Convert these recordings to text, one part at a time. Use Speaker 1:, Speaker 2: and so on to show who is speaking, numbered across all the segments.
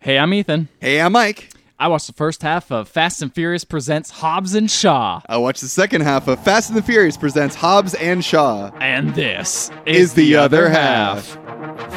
Speaker 1: Hey, I'm Ethan.
Speaker 2: Hey, I'm Mike.
Speaker 1: I watched the first half of Fast and Furious Presents Hobbs and Shaw.
Speaker 2: I watched the second half of Fast and the Furious presents Hobbs and Shaw.
Speaker 1: And this
Speaker 2: Is the other half.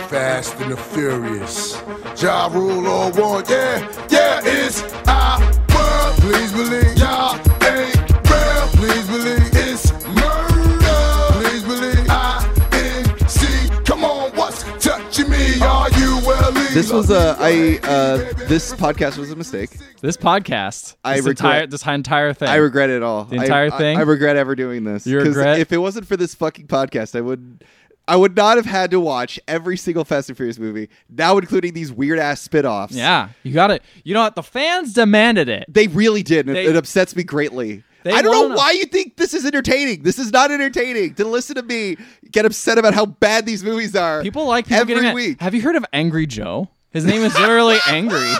Speaker 3: Fast and the Furious. Ja Rule or one, yeah, yeah, it's our world. Please believe y'all ain't real. Please believe it's murder. Please believe I N C. Come on, what's touching me? Are you well?
Speaker 2: This was a I uh this podcast was a mistake.
Speaker 1: This podcast.
Speaker 2: I
Speaker 1: this
Speaker 2: regret-
Speaker 1: entire this entire thing.
Speaker 2: I regret it all.
Speaker 1: The entire
Speaker 2: I,
Speaker 1: thing?
Speaker 2: I, I regret ever doing this.
Speaker 1: You
Speaker 2: 'Cause
Speaker 1: regret?
Speaker 2: If it wasn't for this fucking podcast, I would I would not have had to watch every single Fast and Furious movie, now including these weird ass spinoffs.
Speaker 1: yeah, you got it. You know what? The fans demanded it.
Speaker 2: They really did. and
Speaker 1: They-
Speaker 2: it, it upsets me greatly.
Speaker 1: They
Speaker 2: I don't
Speaker 1: wanna-
Speaker 2: know why you think this is entertaining. This is not entertaining. To listen to me get upset about how bad these movies are.
Speaker 1: People like people
Speaker 2: every
Speaker 1: getting mad.
Speaker 2: week.
Speaker 1: Have you heard of Angry Joe? His name is literally Angry.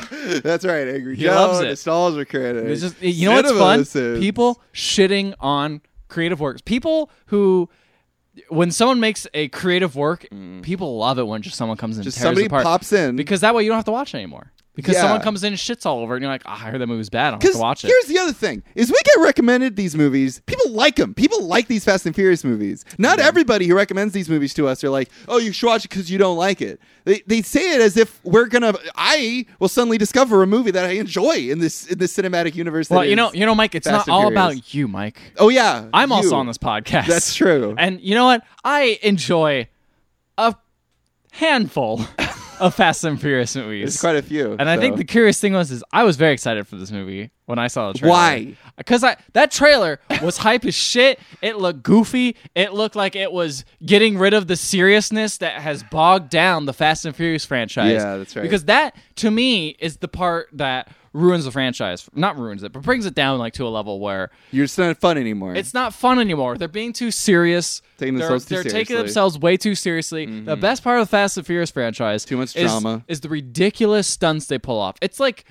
Speaker 2: That's right, Angry
Speaker 1: He
Speaker 2: Joe.
Speaker 1: loves it.
Speaker 2: Nostalgia critic.
Speaker 1: It's just you know what's
Speaker 2: Cinema
Speaker 1: fun?
Speaker 2: sins.
Speaker 1: People shitting on creative works. People who when someone makes a creative work, people love it when just someone comes in
Speaker 2: Mm. Just
Speaker 1: and tears
Speaker 2: somebody
Speaker 1: it apart.
Speaker 2: pops in.
Speaker 1: because that way you don't have to watch it anymore. Because
Speaker 2: Yeah.
Speaker 1: someone comes in and shits all over it and you're like, "Ah, I heard that movie's bad. I don't have
Speaker 2: Because
Speaker 1: to watch it.
Speaker 2: here's the other thing: is we get recommended these movies. People like them. People like these Fast and Furious movies. Not everybody who recommends these movies to us are like, "Oh, you should watch it because you don't like it." They, they say it as if we're gonna. I will suddenly discover a movie that I enjoy in this in this cinematic universe. that
Speaker 1: well, you
Speaker 2: is
Speaker 1: know, you know, Mike, it's not
Speaker 2: Fast and
Speaker 1: all
Speaker 2: Furious.
Speaker 1: about you, Mike.
Speaker 2: Oh yeah,
Speaker 1: I'm also
Speaker 2: you.
Speaker 1: on this podcast.
Speaker 2: That's true.
Speaker 1: And you know what? I enjoy a handful of Fast and Furious movies.
Speaker 2: There's quite a few.
Speaker 1: And I think
Speaker 2: so.
Speaker 1: the curious thing was is I was very excited for this movie when I saw the trailer.
Speaker 2: Why?
Speaker 1: Because I that trailer was hype as shit. It looked goofy. It looked like it was getting rid of the seriousness that has bogged down the Fast and Furious franchise.
Speaker 2: Yeah, that's right.
Speaker 1: Because that to me is the part that ruins the franchise. Not ruins it, but brings it down like to a level where
Speaker 2: you're just not fun anymore.
Speaker 1: it's not fun anymore. They're being too serious.
Speaker 2: Taking
Speaker 1: they're,
Speaker 2: themselves too
Speaker 1: they're taking
Speaker 2: seriously. Mm-hmm.
Speaker 1: themselves way too seriously. The best part of the Fast and Furious franchise
Speaker 2: Too much
Speaker 1: is-
Speaker 2: drama.
Speaker 1: is the ridiculous stunts they pull off. It's like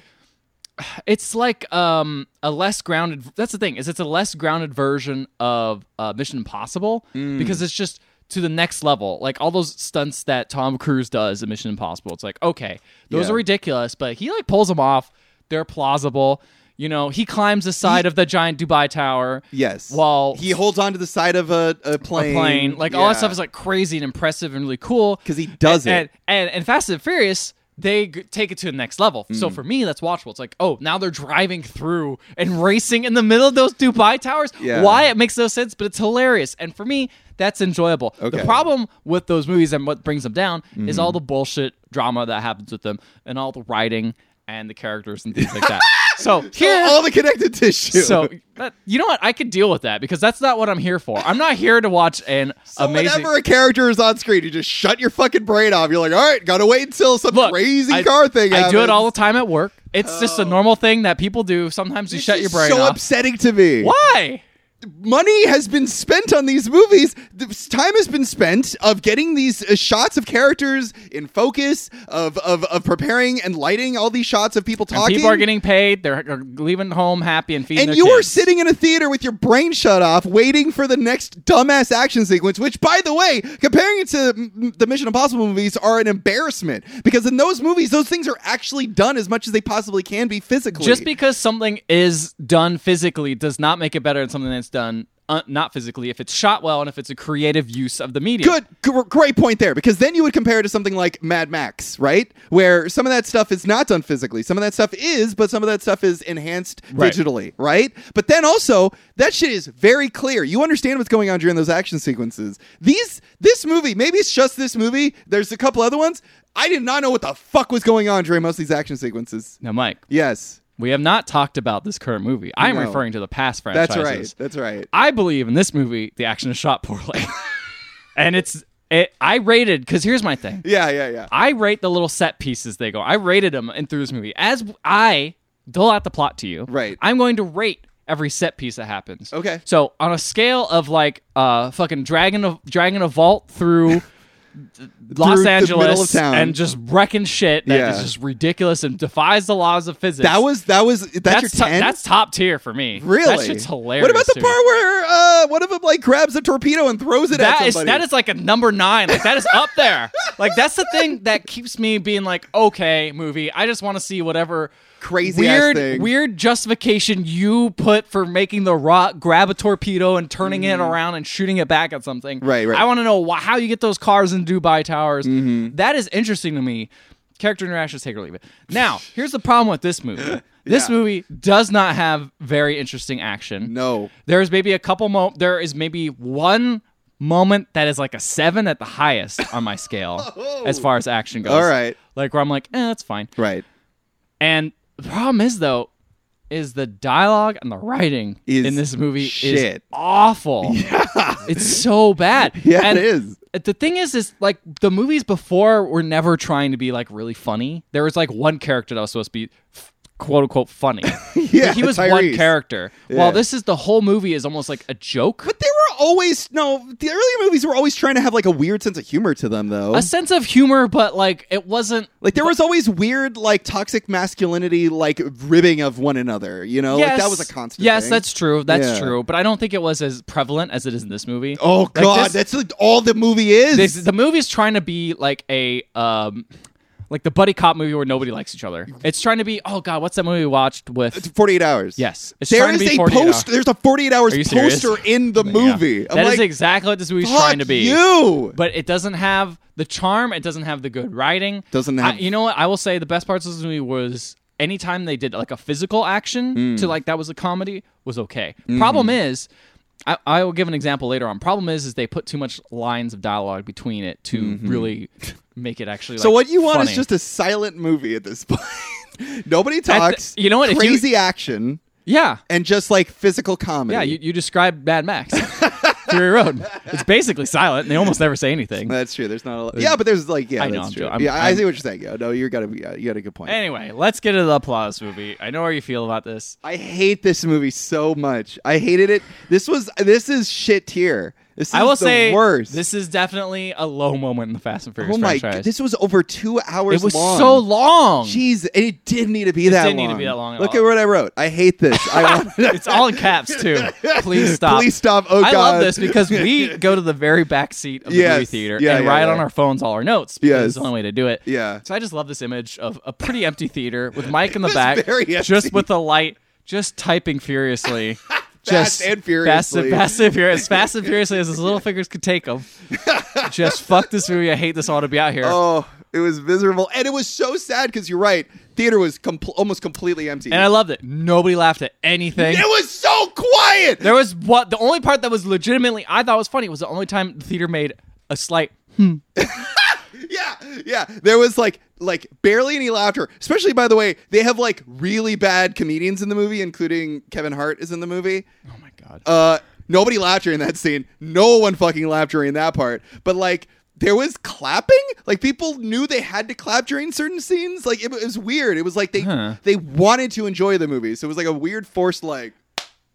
Speaker 1: it's like um a less grounded that's the thing is it's a less grounded version of uh, mission impossible
Speaker 2: Mm.
Speaker 1: because it's just to the next level like all those stunts that tom cruise does in mission impossible it's like okay those
Speaker 2: Yeah.
Speaker 1: are ridiculous but he like pulls them off they're plausible you know he climbs the side of the giant dubai tower
Speaker 2: yes.
Speaker 1: while
Speaker 2: he holds onto the side of a, a plane.
Speaker 1: a plane. Like all that
Speaker 2: Yeah.
Speaker 1: stuff is like crazy and impressive and really cool.
Speaker 2: 'Cause he does
Speaker 1: and,
Speaker 2: it.
Speaker 1: And, and and Fast and Furious, they g- take it to the next level. So
Speaker 2: Mm.
Speaker 1: for me, that's watchable. It's like, oh, now they're driving through and racing in the middle of those Dubai towers.
Speaker 2: Yeah.
Speaker 1: Why it makes no sense, but it's hilarious. And for me, that's enjoyable. The
Speaker 2: Okay. Mm-hmm.
Speaker 1: problem with those movies and what brings them down is all the bullshit drama that happens with them and all the writing and the characters and things like that. So here,
Speaker 2: all the connective tissue.
Speaker 1: so that, you know what? I could deal with that because that's not what I'm here for. I'm not here to watch an
Speaker 2: So
Speaker 1: amazing.
Speaker 2: Whenever a character is on screen, you just shut your fucking brain off. You're like, all right, gotta wait until some
Speaker 1: Look,
Speaker 2: crazy
Speaker 1: I-
Speaker 2: car thing.
Speaker 1: I do it
Speaker 2: happens."
Speaker 1: all the time at work. It's just a normal thing that people do. Sometimes you
Speaker 2: This
Speaker 1: shut
Speaker 2: is
Speaker 1: your brain
Speaker 2: So
Speaker 1: off.
Speaker 2: upsetting to me.
Speaker 1: Why?
Speaker 2: money has been spent on these movies. This time has been spent of getting these uh, shots of characters in focus, of, of of preparing and lighting all these shots of people
Speaker 1: And
Speaker 2: talking.
Speaker 1: people are getting paid. They're, they're leaving home happy and feeding
Speaker 2: and
Speaker 1: their
Speaker 2: you're
Speaker 1: kids.
Speaker 2: sitting in a theater with your brain shut off, waiting for the next dumbass action sequence. Which, by the way, comparing it to mm, the Mission Impossible movies, are an embarrassment because in those movies, those things are actually done as much as they possibly can be physically.
Speaker 1: Just because something is done physically does not make it better than something that's done uh, not physically if it's shot well and if it's a creative use of the media.
Speaker 2: Good, gr- great point there. Because then you would compare it to something like Mad Max, right? Where some of that stuff is not done physically. Some of that stuff is, but some of that stuff is enhanced
Speaker 1: Right.
Speaker 2: digitally, right? But then also, that shit is very clear. You understand what's going on during those action sequences. These, this movie, maybe it's just this movie. There's a couple other ones. I did not know what the fuck was going on during most of these action sequences.
Speaker 1: Now, Mike,
Speaker 2: Yes,
Speaker 1: we have not talked about this current movie. I'm
Speaker 2: No.
Speaker 1: referring to the past
Speaker 2: that's
Speaker 1: franchises.
Speaker 2: right. That's right.
Speaker 1: I believe in this movie the action is shot poorly, and it's it. I rated because here's my thing.
Speaker 2: Yeah, yeah, yeah.
Speaker 1: I rate the little set pieces they go. I rated them in through this movie. As I dole out the plot to you,
Speaker 2: Right.
Speaker 1: I'm going to rate every set piece that happens.
Speaker 2: Okay.
Speaker 1: So on a scale of like uh fucking dragging a dragging a vault through Los
Speaker 2: the middle of
Speaker 1: Angeles
Speaker 2: town.
Speaker 1: and just wrecking shit that is
Speaker 2: Yeah.
Speaker 1: just ridiculous and defies the laws of physics.
Speaker 2: That was that was that's, your
Speaker 1: that's, to-
Speaker 2: ten.
Speaker 1: that's top tier for me.
Speaker 2: really
Speaker 1: that shit's hilarious.
Speaker 2: What about the
Speaker 1: dude.
Speaker 2: part where uh, one of them like grabs a torpedo and throws it
Speaker 1: That
Speaker 2: at
Speaker 1: is
Speaker 2: somebody?
Speaker 1: that is like a number nine. Like that is up there. Like that's the thing that keeps me being like, okay, movie. I just want to see whatever
Speaker 2: crazy ass
Speaker 1: weird
Speaker 2: thing.
Speaker 1: weird justification you put for making the rock grab a torpedo and turning it around and shooting it back at something.
Speaker 2: Mm-hmm. Right, Mm-hmm. right.
Speaker 1: I want to know wh- how you get those cars in Dubai Towers. That is interesting to me. Character interactions, take or leave it. Now, here's the problem with this movie. This
Speaker 2: Yeah.
Speaker 1: movie does not have very interesting action.
Speaker 2: No.
Speaker 1: There is maybe a couple mo there is maybe one moment that is like a seven at the highest on my scale as far as action goes.
Speaker 2: Oh. All right.
Speaker 1: Like where I'm like, eh, that's fine.
Speaker 2: Right.
Speaker 1: And the problem is though, is the dialogue and the writing
Speaker 2: Is
Speaker 1: in this movie is
Speaker 2: shit.
Speaker 1: awful. It's so bad.
Speaker 2: Yeah,
Speaker 1: And
Speaker 2: it is.
Speaker 1: The thing is, is like the movies before were never trying to be like really funny. There was like one character that was supposed to be f- quote unquote funny.
Speaker 2: Yeah,
Speaker 1: Like, he was
Speaker 2: Tyrese.
Speaker 1: one character.
Speaker 2: Yeah.
Speaker 1: While this is the whole movie is almost like a joke.
Speaker 2: But they were always no. The earlier movies were always trying to have like a weird sense of humor to them, though.
Speaker 1: a sense of humor, but like it wasn't
Speaker 2: like there was always weird like toxic masculinity like ribbing of one another. You know, Oh, like that was a constant.
Speaker 1: Yes,
Speaker 2: thing.
Speaker 1: that's true. That's
Speaker 2: Yeah.
Speaker 1: true. But I don't think it was as prevalent as it is in this movie.
Speaker 2: Oh
Speaker 1: Like,
Speaker 2: god,
Speaker 1: this-
Speaker 2: that's like, all the movie is.
Speaker 1: this the movie's trying to be like a um like the buddy cop movie where nobody likes each other. It's trying to be oh god, what's that movie we watched with?
Speaker 2: Forty eight hours.
Speaker 1: Yes, it's
Speaker 2: There
Speaker 1: trying
Speaker 2: is
Speaker 1: to be
Speaker 2: a
Speaker 1: 48 hours.
Speaker 2: post. There's a 48 hours
Speaker 1: Are you serious?
Speaker 2: poster in the
Speaker 1: Yeah.
Speaker 2: movie.
Speaker 1: That
Speaker 2: I'm
Speaker 1: is
Speaker 2: like,
Speaker 1: exactly what this movie's
Speaker 2: fuck
Speaker 1: trying to be.
Speaker 2: You.
Speaker 1: But it doesn't have the charm. It doesn't have the good writing.
Speaker 2: Doesn't
Speaker 1: I-
Speaker 2: have-
Speaker 1: you know what? I will say the best parts of this movie was anytime they did like a physical action
Speaker 2: Hmm.
Speaker 1: to like that was a comedy was okay.
Speaker 2: Mm-hmm.
Speaker 1: Problem is, I, I will give an example later on. Problem is, is they put too much lines of dialogue between it to really make it actually.
Speaker 2: Mm-hmm. So
Speaker 1: like,
Speaker 2: what you want
Speaker 1: funny.
Speaker 2: is just a silent movie at this point. Nobody talks.
Speaker 1: you know what, if you-
Speaker 2: Crazy action
Speaker 1: yeah.
Speaker 2: and just like physical comedy.
Speaker 1: Yeah, you, you described Mad Max. Fury Road. It's basically silent. And they almost never say anything.
Speaker 2: That's true. There's not a lot. Yeah, but there's like yeah,
Speaker 1: Uh, I know,
Speaker 2: that's
Speaker 1: I'm
Speaker 2: true.
Speaker 1: jo- I'm-
Speaker 2: yeah, i
Speaker 1: I'm-
Speaker 2: see what you're saying. Yeah, no, you gotta be. Uh, you got a good point.
Speaker 1: Anyway, let's get into the applause movie. I know how you feel about this.
Speaker 2: I hate this movie so much. I hated it. This was this is shit tier. This is
Speaker 1: I will
Speaker 2: the
Speaker 1: say
Speaker 2: worst.
Speaker 1: This is definitely a low moment in the Fast and Furious
Speaker 2: oh my!
Speaker 1: franchise.
Speaker 2: This was over two hours.
Speaker 1: it was
Speaker 2: long.
Speaker 1: so long.
Speaker 2: Jeez, and it didn't need to be that
Speaker 1: didn't
Speaker 2: long.
Speaker 1: need to be that long at
Speaker 2: Look
Speaker 1: all.
Speaker 2: at what I wrote. I hate this. I want
Speaker 1: It's all in caps too. Please stop.
Speaker 2: Please stop. Oh
Speaker 1: I
Speaker 2: god.
Speaker 1: love this because we go to the very back seat of
Speaker 2: Yes.
Speaker 1: the movie theater
Speaker 2: Yeah,
Speaker 1: and
Speaker 2: yeah,
Speaker 1: write
Speaker 2: yeah.
Speaker 1: on our phones all our notes. because
Speaker 2: Yes.
Speaker 1: it's the only way to do it.
Speaker 2: Yeah.
Speaker 1: So I just love this image of a pretty empty theater with Mike in the
Speaker 2: was
Speaker 1: back,
Speaker 2: very empty.
Speaker 1: just with the light, just typing furiously. Just
Speaker 2: Fast and
Speaker 1: fast and,
Speaker 2: furiously.
Speaker 1: fast and furious, as fast and furiously as his little fingers could take him. Just fuck this movie. I hate this all to be out here.
Speaker 2: Oh, it was miserable, and it was so sad because you're right. Theater was compl- almost completely empty.
Speaker 1: And I loved it. Nobody laughed at anything.
Speaker 2: it was so quiet.
Speaker 1: There was what the only part that was legitimately I thought was funny was the only time the theater made a slight hmm,
Speaker 2: Yeah, yeah. There was like like barely any laughter. Especially by the way, they have like really bad comedians in the movie, including Kevin Hart is in the movie.
Speaker 1: Oh my god.
Speaker 2: Uh nobody laughed during that scene. No one fucking laughed during that part. But like there was clapping. Like people knew they had to clap during certain scenes. Like it, wa- it was weird. It was like they
Speaker 1: Huh.
Speaker 2: they wanted to enjoy the movie. So it was like a weird forced like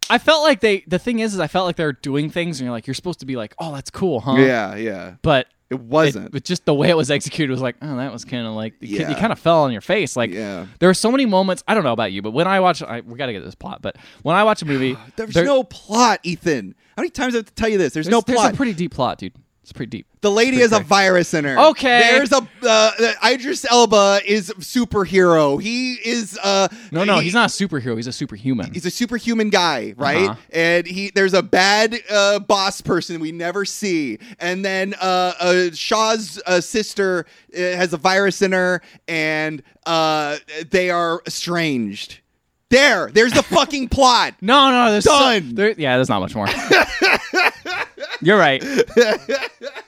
Speaker 1: I felt like they the thing is is I felt like they were doing things and you're like you're supposed to be like, "Oh, that's cool, huh?"
Speaker 2: yeah, yeah.
Speaker 1: But
Speaker 2: It wasn't.
Speaker 1: but just the way it was executed was like, "Oh, that was kind of like you,
Speaker 2: Yeah.
Speaker 1: kind of fell on your face." Like
Speaker 2: Yeah.
Speaker 1: there were so many moments, I don't know about you, but when I watch I we got to get this plot, but when I watch a movie,
Speaker 2: there's
Speaker 1: there-
Speaker 2: no plot, Ethan. How many times do I have to tell you this? There's,
Speaker 1: there's,
Speaker 2: no
Speaker 1: there's
Speaker 2: plot.
Speaker 1: a pretty deep plot, dude. It's pretty deep.
Speaker 2: The lady is a virus in her.
Speaker 1: Okay.
Speaker 2: There's a uh, Idris Elba is superhero. He is uh
Speaker 1: No, no,
Speaker 2: he-
Speaker 1: he's not a superhero. He's a superhuman.
Speaker 2: He's a superhuman guy, right?
Speaker 1: Uh-huh.
Speaker 2: And he there's a bad uh, boss person we never see, and then uh, uh, Shaw's uh, sister uh, has a virus in her, and uh, they are estranged. There, there's the fucking plot.
Speaker 1: No, no, there's so-
Speaker 2: Done.
Speaker 1: there- yeah, there's not much more. You're right.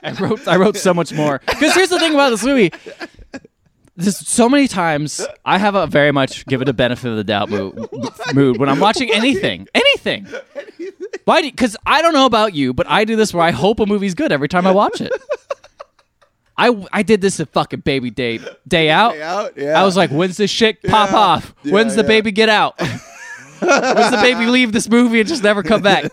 Speaker 1: I wrote I wrote so much more. Because here's the thing about this movie. There's so many times I have a very much give it a benefit of the doubt mood, mood when I'm watching anything, anything. Why? Because I don't know about you, but I do this where I hope a movie's good every time I watch it. I, I did this at fucking baby day day out.
Speaker 2: Day Out, yeah.
Speaker 1: I was like, when's this shit pop off?
Speaker 2: Yeah,
Speaker 1: when's the
Speaker 2: yeah.
Speaker 1: baby get out? When's the baby leave this movie and just never come back?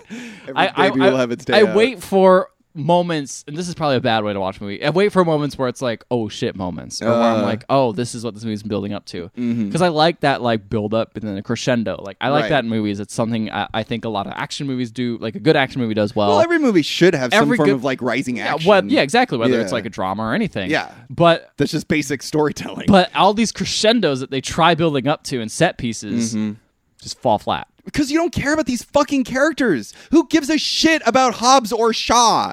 Speaker 1: I,
Speaker 2: baby will have its day
Speaker 1: I
Speaker 2: out.
Speaker 1: wait for moments, and this is probably a bad way to watch a movie. I wait for moments where it's like, oh shit, moments, or where I'm
Speaker 2: Uh. Mm-hmm.
Speaker 1: like, oh, this is what this movie's building up to. Because I like that like build up and then a crescendo. Like I like
Speaker 2: Right.
Speaker 1: that in movies. It's something I, I think a lot of action movies do. Like a good action movie does well.
Speaker 2: Well, every movie should have some
Speaker 1: Every
Speaker 2: form
Speaker 1: good-
Speaker 2: of like rising
Speaker 1: yeah,
Speaker 2: action.
Speaker 1: well, yeah, exactly. Whether it's
Speaker 2: Yeah.
Speaker 1: like a drama or anything.
Speaker 2: Yeah.
Speaker 1: but
Speaker 2: That's just basic storytelling.
Speaker 1: but all these crescendos that they try building up to and set pieces just fall flat.
Speaker 2: because you don't care about these fucking characters. Who gives a shit about Hobbs or Shaw?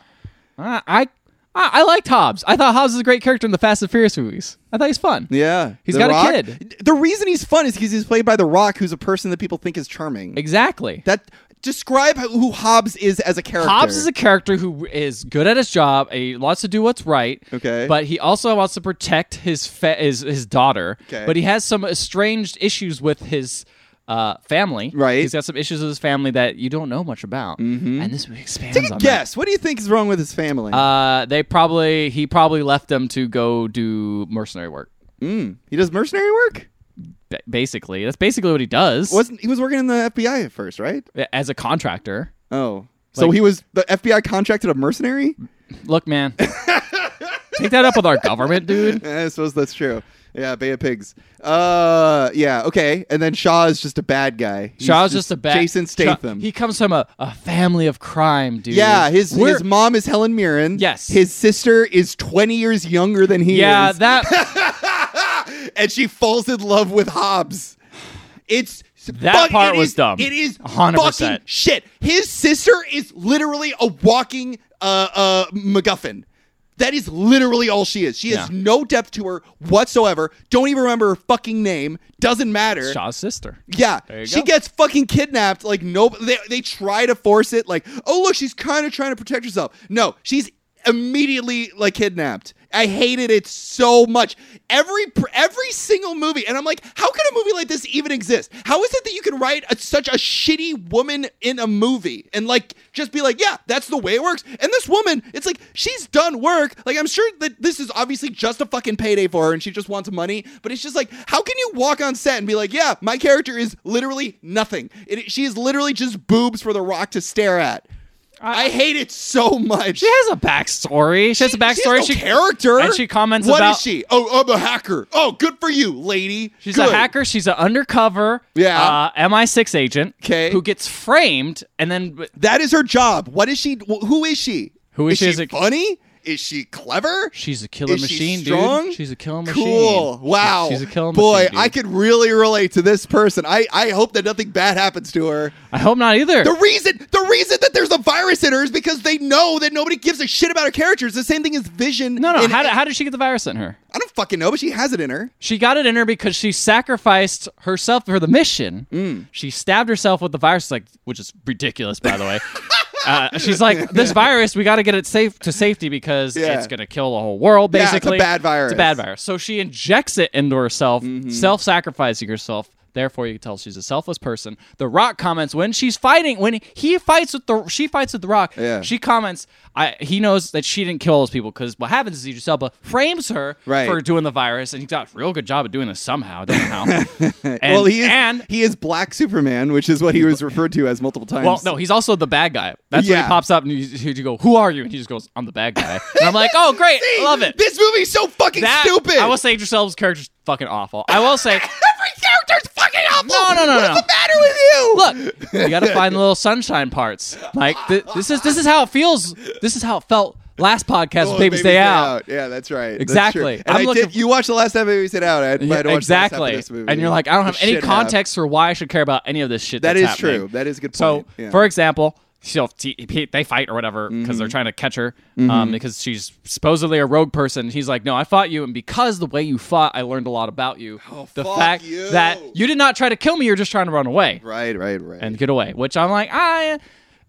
Speaker 1: Uh, I I I liked Hobbs. I thought Hobbs was a great character in the Fast and Furious movies. I thought he's fun.
Speaker 2: Yeah.
Speaker 1: He's
Speaker 2: The
Speaker 1: got a
Speaker 2: Rock?
Speaker 1: kid.
Speaker 2: The reason he's fun is because he's played by The Rock, who's a person that people think is charming.
Speaker 1: Exactly.
Speaker 2: That describe who Hobbs is as a character.
Speaker 1: Hobbs is a character who is good at his job. And he wants to do what's right.
Speaker 2: Okay.
Speaker 1: But he also wants to protect his fa- his his daughter.
Speaker 2: Okay.
Speaker 1: But he has some estranged issues with his uh, family.
Speaker 2: Right.
Speaker 1: He's got some issues with his family that you don't know much about. Mm-hmm. And this movie expands
Speaker 2: Take a
Speaker 1: on that.
Speaker 2: guess. What do you think is wrong with his family?
Speaker 1: Uh, they probably he probably left them to go do mercenary work.
Speaker 2: Mm. He does mercenary work.
Speaker 1: Ba- basically, that's basically what he does.
Speaker 2: Wasn't he was working in the FBI at first, right?
Speaker 1: as a contractor.
Speaker 2: Oh, so
Speaker 1: Like-
Speaker 2: he was the FBI contracted a mercenary.
Speaker 1: Look, man, take that up with our government, dude.
Speaker 2: Eh, I suppose that's true. Yeah, Bay of Pigs. Uh, yeah, okay. And then Shaw is just a bad guy. He's
Speaker 1: Shaw's just a bad
Speaker 2: Jason Statham.
Speaker 1: Shaw- he comes from a, a family of crime, dude.
Speaker 2: yeah, his
Speaker 1: We're-
Speaker 2: his mom is Helen Mirren.
Speaker 1: Yes.
Speaker 2: his sister is twenty years younger than he
Speaker 1: yeah
Speaker 2: is.
Speaker 1: that
Speaker 2: and she falls in love with Hobbs. It's
Speaker 1: That
Speaker 2: fuck-
Speaker 1: part
Speaker 2: it
Speaker 1: was
Speaker 2: is-
Speaker 1: dumb.
Speaker 2: It is
Speaker 1: 100%.
Speaker 2: fucking shit. His sister is literally a walking uh, uh, MacGuffin. That is literally all she is. She has
Speaker 1: Yeah.
Speaker 2: no depth to her whatsoever. Don't even remember her fucking name. Doesn't matter.
Speaker 1: Shaw's sister.
Speaker 2: Yeah,
Speaker 1: you
Speaker 2: she
Speaker 1: go.
Speaker 2: gets fucking kidnapped. Like no, they they try to force it. Like oh look, she's kind of trying to protect herself. No, she's immediately like kidnapped. I hated it so much. Every pr- every single movie, and I'm like, how could a movie like this even exist? How is it that you can write a, such a shitty woman in a movie and like just be like, yeah, that's the way it works? And this woman, it's like she's done work. Like I'm sure that this is obviously just a fucking payday for her, and she just wants money. But it's just like, how can you walk on set and be like, yeah, my character is literally nothing. It, she is literally just boobs for the Rock to stare at. I, hate it so much.
Speaker 1: She has a backstory. She, has a
Speaker 2: She has
Speaker 1: backstory.
Speaker 2: no character.
Speaker 1: and she comments
Speaker 2: What
Speaker 1: about-
Speaker 2: is she? Oh, I'm a hacker. Oh, good for you, lady.
Speaker 1: She's
Speaker 2: Good.
Speaker 1: a hacker. She's an undercover
Speaker 2: Yeah.
Speaker 1: uh, MI6 agent
Speaker 2: 'Kay.
Speaker 1: who gets framed and then
Speaker 2: That is her job. What is she? wh- Who is she?
Speaker 1: Who is she as
Speaker 2: she
Speaker 1: a-
Speaker 2: funny? Is she clever?
Speaker 1: she's a killer
Speaker 2: Is she
Speaker 1: machine,
Speaker 2: strong?
Speaker 1: dude. She's a killer machine.
Speaker 2: Cool. Wow.
Speaker 1: She's a killer
Speaker 2: Boy,
Speaker 1: machine. dude.
Speaker 2: I could really relate to this person. I, I hope that nothing bad happens to her.
Speaker 1: I hope not either.
Speaker 2: The reason the reason that there's a virus in her is because they know that nobody gives a shit about her character. It's the same thing as Vision.
Speaker 1: no, no.
Speaker 2: in-
Speaker 1: How, did, how did she get the virus in her?
Speaker 2: I don't fucking know, but she has it in her.
Speaker 1: She got it in her because she sacrificed herself for the mission.
Speaker 2: Mm.
Speaker 1: She stabbed herself with the virus, like which is ridiculous, by the way. Uh, she's like, this virus, we got to get it safe to safety because
Speaker 2: Yeah.
Speaker 1: it's gonna kill the whole world.
Speaker 2: Yeah, it's a
Speaker 1: Basically,
Speaker 2: bad virus. Mm-hmm.
Speaker 1: It's a bad virus. So she injects it into herself, self-sacrificing herself. Therefore, you can tell she's a selfless person. The Rock comments when she's fighting, when he fights with the, she fights with the Rock.
Speaker 2: Yeah.
Speaker 1: She comments, I, he knows that she didn't kill all those people because what happens is Idris Elba frames her
Speaker 2: Right.
Speaker 1: for doing the virus, and he got a real good job at doing this somehow. I don't know how. and,
Speaker 2: well, he is,
Speaker 1: and
Speaker 2: he is Black Superman, which is what he was referred to as multiple times.
Speaker 1: well, no, he's also the bad guy. That's when
Speaker 2: Yeah.
Speaker 1: he pops up and you, you go, "Who are you?" And he just goes, "I'm the bad guy." And I'm like, "Oh, great,
Speaker 2: See,
Speaker 1: love it."
Speaker 2: This movie's so fucking
Speaker 1: That-
Speaker 2: stupid.
Speaker 1: I will say, Idris Elba's character's fucking awful. I will say,
Speaker 2: every character's fucking awful.
Speaker 1: No, no, no,
Speaker 2: What's
Speaker 1: no.
Speaker 2: the matter with you?
Speaker 1: look, you got to find the little sunshine parts. Like th- this is this is how it feels. This is how it felt last podcast,
Speaker 2: Oh,
Speaker 1: with Baby Stay Out.
Speaker 2: Yeah, that's right. That's
Speaker 1: Exactly.
Speaker 2: true. And
Speaker 1: I'm
Speaker 2: I did-
Speaker 1: looking-
Speaker 2: you watched the last time Baby Stay Out. I had, I
Speaker 1: Yeah,
Speaker 2: had to watch the last half of
Speaker 1: exactly.
Speaker 2: this movie.
Speaker 1: And you're like, I don't have
Speaker 2: The
Speaker 1: any
Speaker 2: shit happened.
Speaker 1: context for why I should care about any of this shit.
Speaker 2: That
Speaker 1: that's
Speaker 2: is true.
Speaker 1: happening.
Speaker 2: That is a good
Speaker 1: So,
Speaker 2: point. Yeah. Mm-hmm.
Speaker 1: for example, so if T- he- they fight or whatever because they're trying to catch her um, because she's supposedly a rogue person. He's like, no, I fought you, and because the way you fought, I learned a lot about you. the
Speaker 2: Oh, fuck
Speaker 1: fact
Speaker 2: you.
Speaker 1: that you did not try to kill me, you're just trying to run away
Speaker 2: Right, right, right.
Speaker 1: and get away. Which I'm like, I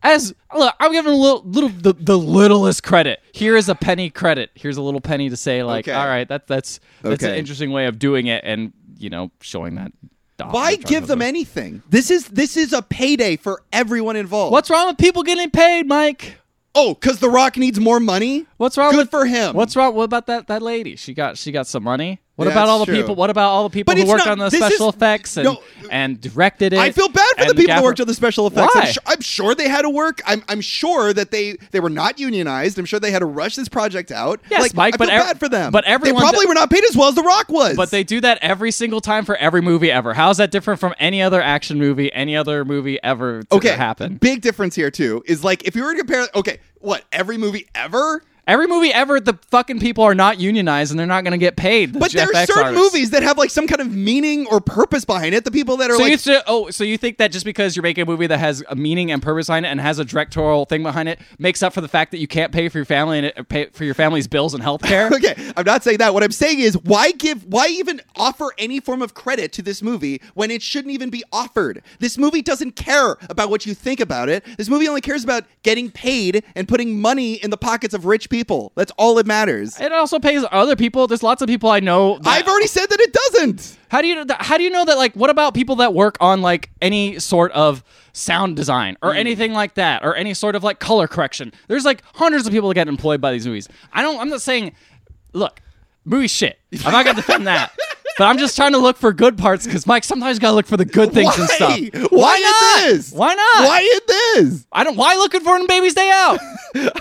Speaker 1: as look, I'm giving a little little the, the littlest credit. Here is a penny credit. Here's a little penny to say like,
Speaker 2: Okay.
Speaker 1: all right, that that's that's an
Speaker 2: Okay.
Speaker 1: interesting way of doing it, and you know, showing that. dog
Speaker 2: why
Speaker 1: and trying
Speaker 2: give
Speaker 1: to-
Speaker 2: them anything? This is this is a payday for everyone involved.
Speaker 1: What's wrong with people getting paid, Mike?
Speaker 2: Oh, because The Rock needs more money.
Speaker 1: What's wrong?
Speaker 2: Good
Speaker 1: with,
Speaker 2: for him.
Speaker 1: What's wrong? What about that that lady? She got she got some money. What
Speaker 2: Yeah,
Speaker 1: about
Speaker 2: that's
Speaker 1: all the
Speaker 2: true.
Speaker 1: people? What about all the people
Speaker 2: But
Speaker 1: who
Speaker 2: it's
Speaker 1: worked
Speaker 2: not-
Speaker 1: on the
Speaker 2: this
Speaker 1: special
Speaker 2: is-
Speaker 1: effects and,
Speaker 2: no.
Speaker 1: and directed it?
Speaker 2: I feel bad for
Speaker 1: and
Speaker 2: the people
Speaker 1: gaffer-
Speaker 2: who worked on the special effects.
Speaker 1: Why?
Speaker 2: I'm, su- I'm sure they had to work. I'm, I'm sure that they they were not unionized. I'm sure they had to rush this project out.
Speaker 1: Yes,
Speaker 2: like,
Speaker 1: Mike,
Speaker 2: I
Speaker 1: but
Speaker 2: feel
Speaker 1: ev-
Speaker 2: bad for them.
Speaker 1: but everyone
Speaker 2: they probably
Speaker 1: d-
Speaker 2: were not paid as well as The Rock was.
Speaker 1: But they do that every single time for every movie ever. How is that different from any other action movie, any other movie ever to
Speaker 2: okay
Speaker 1: happen?
Speaker 2: Big difference here too is like if you were to compare. Okay, what every movie ever.
Speaker 1: Every movie ever, the fucking people are not unionized and they're not going to get paid. the
Speaker 2: But there are
Speaker 1: FX
Speaker 2: certain
Speaker 1: artists.
Speaker 2: movies that have like some kind of meaning or purpose behind it. The people that are
Speaker 1: So
Speaker 2: like
Speaker 1: you th- oh, so you think that just because you're making a movie that has a meaning and purpose behind it and has a directorial thing behind it makes up for the fact that you can't pay for your family and it, pay for your family's bills and healthcare?
Speaker 2: Okay, I'm not saying that. What I'm saying is, why give, why even offer any form of credit to this movie when it shouldn't even be offered? This movie doesn't care about what you think about it. This movie only cares about getting paid and putting money in the pockets of rich people. That's all that matters.
Speaker 1: It also pays other people. There's lots of people I know. That,
Speaker 2: I've already said that it doesn't.
Speaker 1: How do you how do you know that like what about people that work on like any sort of sound design
Speaker 2: Mm.
Speaker 1: or anything like that or any sort of like color correction? There's like hundreds of people that get employed by these movies. I don't I'm not saying look, movie shit. I'm not going to defend that. But I'm just trying to look for good parts cuz Mike sometimes you got to look for the good things
Speaker 2: why?
Speaker 1: and stuff.
Speaker 2: Why,
Speaker 1: not?
Speaker 2: in this?
Speaker 1: Why not?
Speaker 2: Why in this?
Speaker 1: I don't why looking for it in Baby's Day Out?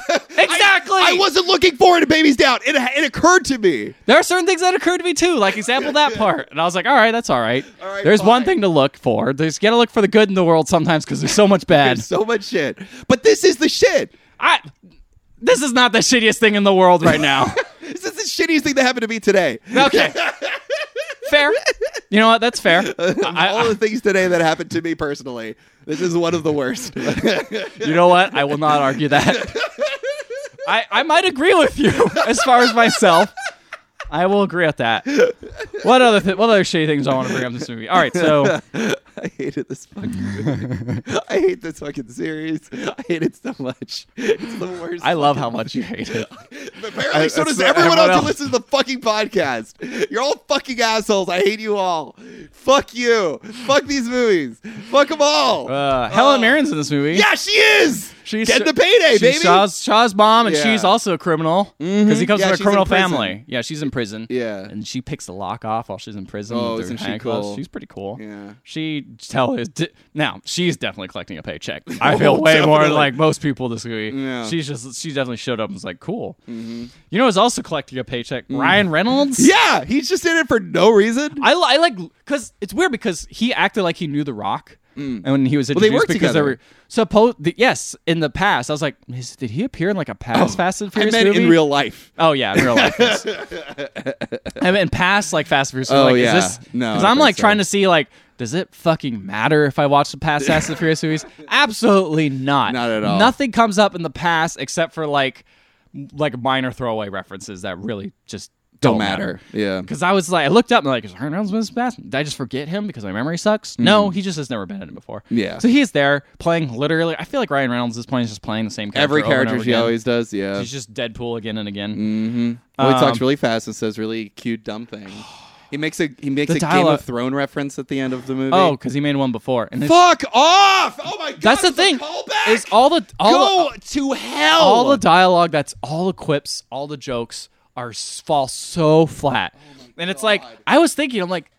Speaker 1: exactly.
Speaker 2: I wasn't looking forward to Baby's Down. It, it occurred to me.
Speaker 1: There are certain things that occurred to me too, like example that part, and I was like, "All right, that's all right."
Speaker 2: All right,
Speaker 1: there's one
Speaker 2: fine.
Speaker 1: thing to look for. There's gotta look for the good in the world sometimes because there's so much bad.
Speaker 2: So much shit. But this is the shit.
Speaker 1: I, this is not the shittiest thing in the world right now.
Speaker 2: This is the shittiest thing that happened to me today.
Speaker 1: okay, fair. You know what? That's fair. I,
Speaker 2: all
Speaker 1: I,
Speaker 2: the things today that happened to me personally. This is one of the worst.
Speaker 1: you know what? I will not argue that. I I might agree with you as far as myself. I will agree with that. What other th- what other shitty things I want to bring up in this movie? All right, so
Speaker 2: I hated this fucking movie. I hate this fucking series. I hate it so much. It's the worst.
Speaker 1: I love how much you hate it.
Speaker 2: Apparently,
Speaker 1: I-
Speaker 2: so
Speaker 1: that's
Speaker 2: does
Speaker 1: what everyone
Speaker 2: everyone, else
Speaker 1: else-
Speaker 2: who listens to the fucking podcast. You're all fucking assholes. I hate you all. Fuck you. Fuck these movies. Fuck them
Speaker 1: Uh,
Speaker 2: all. Oh.
Speaker 1: Helen Mirren's in this movie.
Speaker 2: yeah, she is.
Speaker 1: She's
Speaker 2: getting the payday,
Speaker 1: she's
Speaker 2: baby.
Speaker 1: Shaw's, Shaw's mom, and
Speaker 2: Yeah. Mm-hmm.
Speaker 1: she's also a criminal because he comes
Speaker 2: Yeah,
Speaker 1: from a
Speaker 2: she's
Speaker 1: criminal
Speaker 2: in prison.
Speaker 1: family. Yeah, she's in prison.
Speaker 2: Yeah.
Speaker 1: and she picks the lock off while she's in prison.
Speaker 2: Oh,
Speaker 1: with her
Speaker 2: isn't she
Speaker 1: handcuffs.
Speaker 2: cool?
Speaker 1: She's pretty cool.
Speaker 2: Yeah.
Speaker 1: she tell is di- now she's definitely collecting a paycheck. I feel way more
Speaker 2: Oh, definitely.
Speaker 1: like most people this week.
Speaker 2: Yeah. Mm-hmm.
Speaker 1: she's just she definitely showed up and was like, cool. You know, who's also collecting a paycheck.
Speaker 2: Mm.
Speaker 1: Ryan Reynolds.
Speaker 2: yeah, he's just in it for no reason.
Speaker 1: I, li- I like because it's weird because he acted like he knew The Rock, and when he was
Speaker 2: Mm. they
Speaker 1: introduced
Speaker 2: worked
Speaker 1: because
Speaker 2: together.
Speaker 1: they were supposed. The, yes, in the past, I was like, is, did he appear in like a past Fast and
Speaker 2: Oh, I
Speaker 1: Furious
Speaker 2: meant
Speaker 1: movie?
Speaker 2: in real life.
Speaker 1: Oh yeah, in real life. yes. I mean, past like Fast and Furious.
Speaker 2: Oh,
Speaker 1: like,
Speaker 2: yeah.
Speaker 1: is this,
Speaker 2: No, I
Speaker 1: because
Speaker 2: don't
Speaker 1: I'm
Speaker 2: think
Speaker 1: like
Speaker 2: so.
Speaker 1: trying to see like, does it fucking matter if I watch the past Fast and Furious movies? Absolutely not.
Speaker 2: Not at all.
Speaker 1: Nothing comes up in the past except for like, like minor throwaway references that really just don't,
Speaker 2: matter. Yeah.
Speaker 1: Because I was like, I looked up and like, is Ryan Reynolds in this past? Did I just forget him because my memory sucks? No, he just has never been in it before.
Speaker 2: Mm. Yeah.
Speaker 1: So he's there playing literally. I feel like Ryan Reynolds at this point is just playing the same character.
Speaker 2: Every
Speaker 1: over and
Speaker 2: character
Speaker 1: over
Speaker 2: she
Speaker 1: again.
Speaker 2: always does. Mm. Yeah.
Speaker 1: He's just Deadpool again and again.
Speaker 2: Well, he
Speaker 1: Um,
Speaker 2: talks really fast and says really cute, dumb things. He makes a he makes
Speaker 1: The
Speaker 2: a Game
Speaker 1: dialogue-
Speaker 2: of Throne reference at the end of the movie.
Speaker 1: Oh, because he made one before. And it's-
Speaker 2: fuck off! Oh my god,
Speaker 1: that's the
Speaker 2: it's a
Speaker 1: thing.
Speaker 2: callback!
Speaker 1: Is all the all
Speaker 2: go
Speaker 1: the,
Speaker 2: to hell.
Speaker 1: all the dialogue that's all the quips, all the jokes are s- fall so flat.
Speaker 2: Oh
Speaker 1: and it's like I was thinking, I'm like,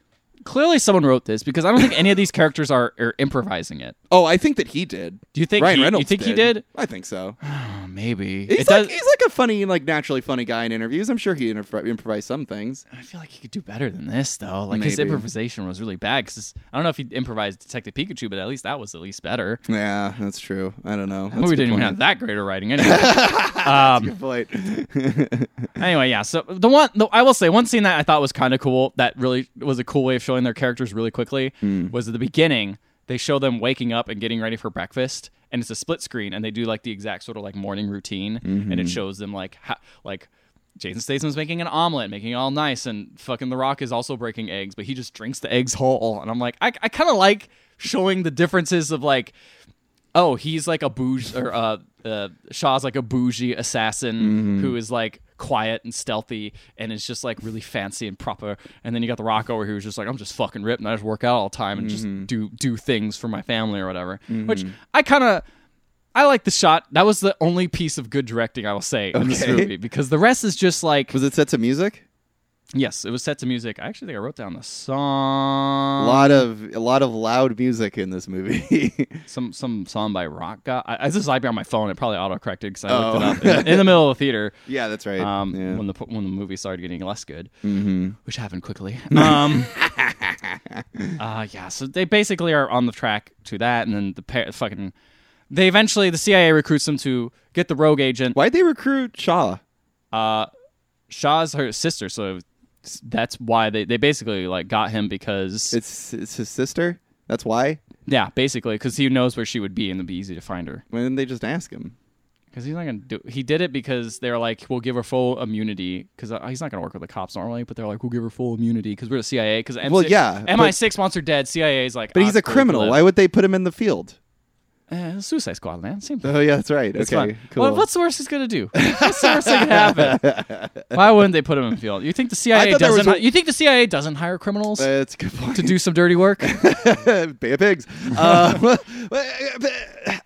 Speaker 1: clearly someone wrote this because I don't think any of these characters are, are improvising it.
Speaker 2: oh, I think that he did.
Speaker 1: Do you think
Speaker 2: Ryan
Speaker 1: he- you
Speaker 2: Reynolds?
Speaker 1: think he did?
Speaker 2: I think so.
Speaker 1: Oh, maybe
Speaker 2: He's
Speaker 1: it
Speaker 2: like
Speaker 1: does.
Speaker 2: he's like a funny, like naturally funny guy in interviews. I'm sure he interv- improvised some things.
Speaker 1: I feel like he could do better than this though. Like his
Speaker 2: Maybe.
Speaker 1: improvisation was really bad. Because I don't know if he improvised Detective Pikachu, but at least that was at least better.
Speaker 2: Yeah, that's true. I don't know. That's
Speaker 1: Movie
Speaker 2: a good
Speaker 1: didn't even have that great of writing anyway. um,
Speaker 2: point.
Speaker 1: Anyway, yeah. So the one, the, I will say, one scene that I thought was kind of cool, that really was a cool way of showing their characters really quickly, was at the beginning. They show them waking up and getting ready for breakfast, and it's a split screen, and they do like the exact sort of like morning routine, and it shows them like ha- like Jason Statham's making an omelet, making it all nice, and fucking The Rock is also breaking eggs, but he just drinks the eggs whole, and I'm like, I, I kind of like showing the differences of like oh, he's like a bougie, or uh, uh, Shaw's like a bougie assassin who is like quiet and stealthy and is just like really fancy and proper. And then you got the Rock over here who's just like, I'm just fucking ripped and I just work out all the time and just do do things for my family or whatever. Which I kind of. I like the shot. That was the only piece of good directing I will say in this
Speaker 2: Okay.
Speaker 1: movie because the rest is just like
Speaker 2: Was it set to music?
Speaker 1: Yes, it was set to music. I actually think I wrote down the song.
Speaker 2: a lot of a lot of loud music in this movie.
Speaker 1: some some song by Rock God. I, I this is IP on my phone. It probably auto corrected because I
Speaker 2: Oh.
Speaker 1: looked it up in, in the middle of the theater.
Speaker 2: yeah, that's right.
Speaker 1: Um,
Speaker 2: yeah.
Speaker 1: when the when the movie started getting less good,
Speaker 2: mm-hmm.
Speaker 1: which happened quickly. Um, uh, yeah, so they basically are on the track to that, and then the pair, fucking, they eventually the CIA recruits them to get the rogue agent.
Speaker 2: Why'd they recruit Shaw?
Speaker 1: Uh, Shaw's her sister, so that's why they, they basically like got him because
Speaker 2: It's it's his sister. That's why.
Speaker 1: yeah, basically because he knows where she would be and it'd be easy to find her.
Speaker 2: Why didn't they just ask him?
Speaker 1: Because he's not gonna do. He did it because they're like, we'll give her full immunity. Because he's not gonna work with the cops normally, but they're like, we'll give her full immunity because we're the CIA. Because
Speaker 2: Well, yeah, but-
Speaker 1: MI6 wants her dead. CIA's like,
Speaker 2: But he's a criminal. Why would they put him in the field?
Speaker 1: Uh, Suicide Squad, man. Same thing.
Speaker 2: Oh yeah, that's right.
Speaker 1: It's
Speaker 2: okay,
Speaker 1: fun.
Speaker 2: cool.
Speaker 1: What- what's the worst he's gonna do? What's the worst that can happen? Why wouldn't they put him in the field? You think the
Speaker 2: I
Speaker 1: CIA
Speaker 2: thought there was Uh,
Speaker 1: doesn't?
Speaker 2: a-
Speaker 1: you think the CIA doesn't hire criminals
Speaker 2: that's a good point.
Speaker 1: to do some dirty work?
Speaker 2: Bay of Pigs. Um, but- but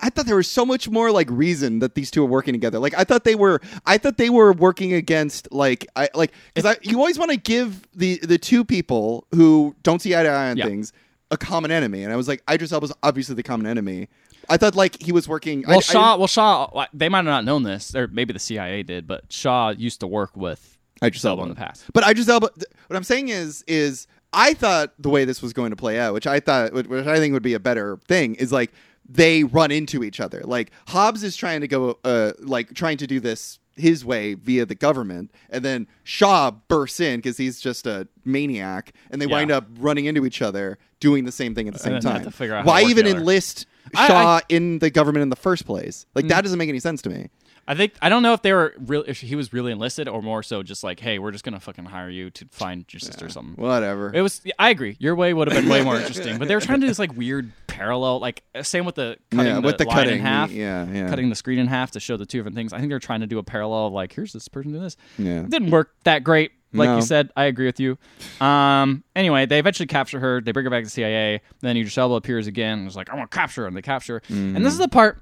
Speaker 2: I thought there was so much more like reason that these two are working together. Like I thought they were, I thought they were working against like I like because I you always want to give the the two people who don't see eye to eye on
Speaker 1: Yeah.
Speaker 2: things a common enemy, and I was like, Idris Elba's obviously the common enemy. I thought like he was working. I-
Speaker 1: Well,
Speaker 2: I,
Speaker 1: Shaw. well, Shaw. uh, They might have not known this, or maybe the CIA did, but Shaw used to work with
Speaker 2: Idris
Speaker 1: Elba in the past.
Speaker 2: But I just Elba. th- What I'm saying is, is I thought the way this was going to play out, which I thought, which which I think would be a better thing, is like they run into each other. Like Hobbs is trying to go, uh, like trying to do this his way via the government, and then Shaw bursts in because he's just a maniac, and they
Speaker 1: Yeah.
Speaker 2: wind up running into each other, doing the same thing at the same
Speaker 1: then they have
Speaker 2: time.
Speaker 1: to figure out how to
Speaker 2: Why
Speaker 1: work
Speaker 2: even
Speaker 1: together.
Speaker 2: enlist?
Speaker 1: I- I- Mm.
Speaker 2: Shaw in the government in the first place, like that doesn't make any sense to me.
Speaker 1: I think I don't know if they were real if he was really enlisted or more so just like, hey, we're just gonna fucking hire you to find your sister or something.
Speaker 2: Whatever.
Speaker 1: Mm. It was. I agree. Your way would have been way more interesting, but they were trying to do this like weird parallel, like uh, same with the cutting
Speaker 2: Yeah,
Speaker 1: the,
Speaker 2: with the
Speaker 1: line
Speaker 2: cutting,
Speaker 1: in half,
Speaker 2: yeah, yeah.
Speaker 1: cutting the screen in half to show the two different things. I think they're trying to do a parallel of like, here's this person doing this.
Speaker 2: Yeah.
Speaker 1: It didn't work that great. Like
Speaker 2: No.
Speaker 1: you said, I agree with you. Um. Anyway, they eventually capture her. They bring her back to the CIA. Then Idris Elba appears again and is like, I want to capture her, and they capture her. And
Speaker 2: Mm.
Speaker 1: this is the part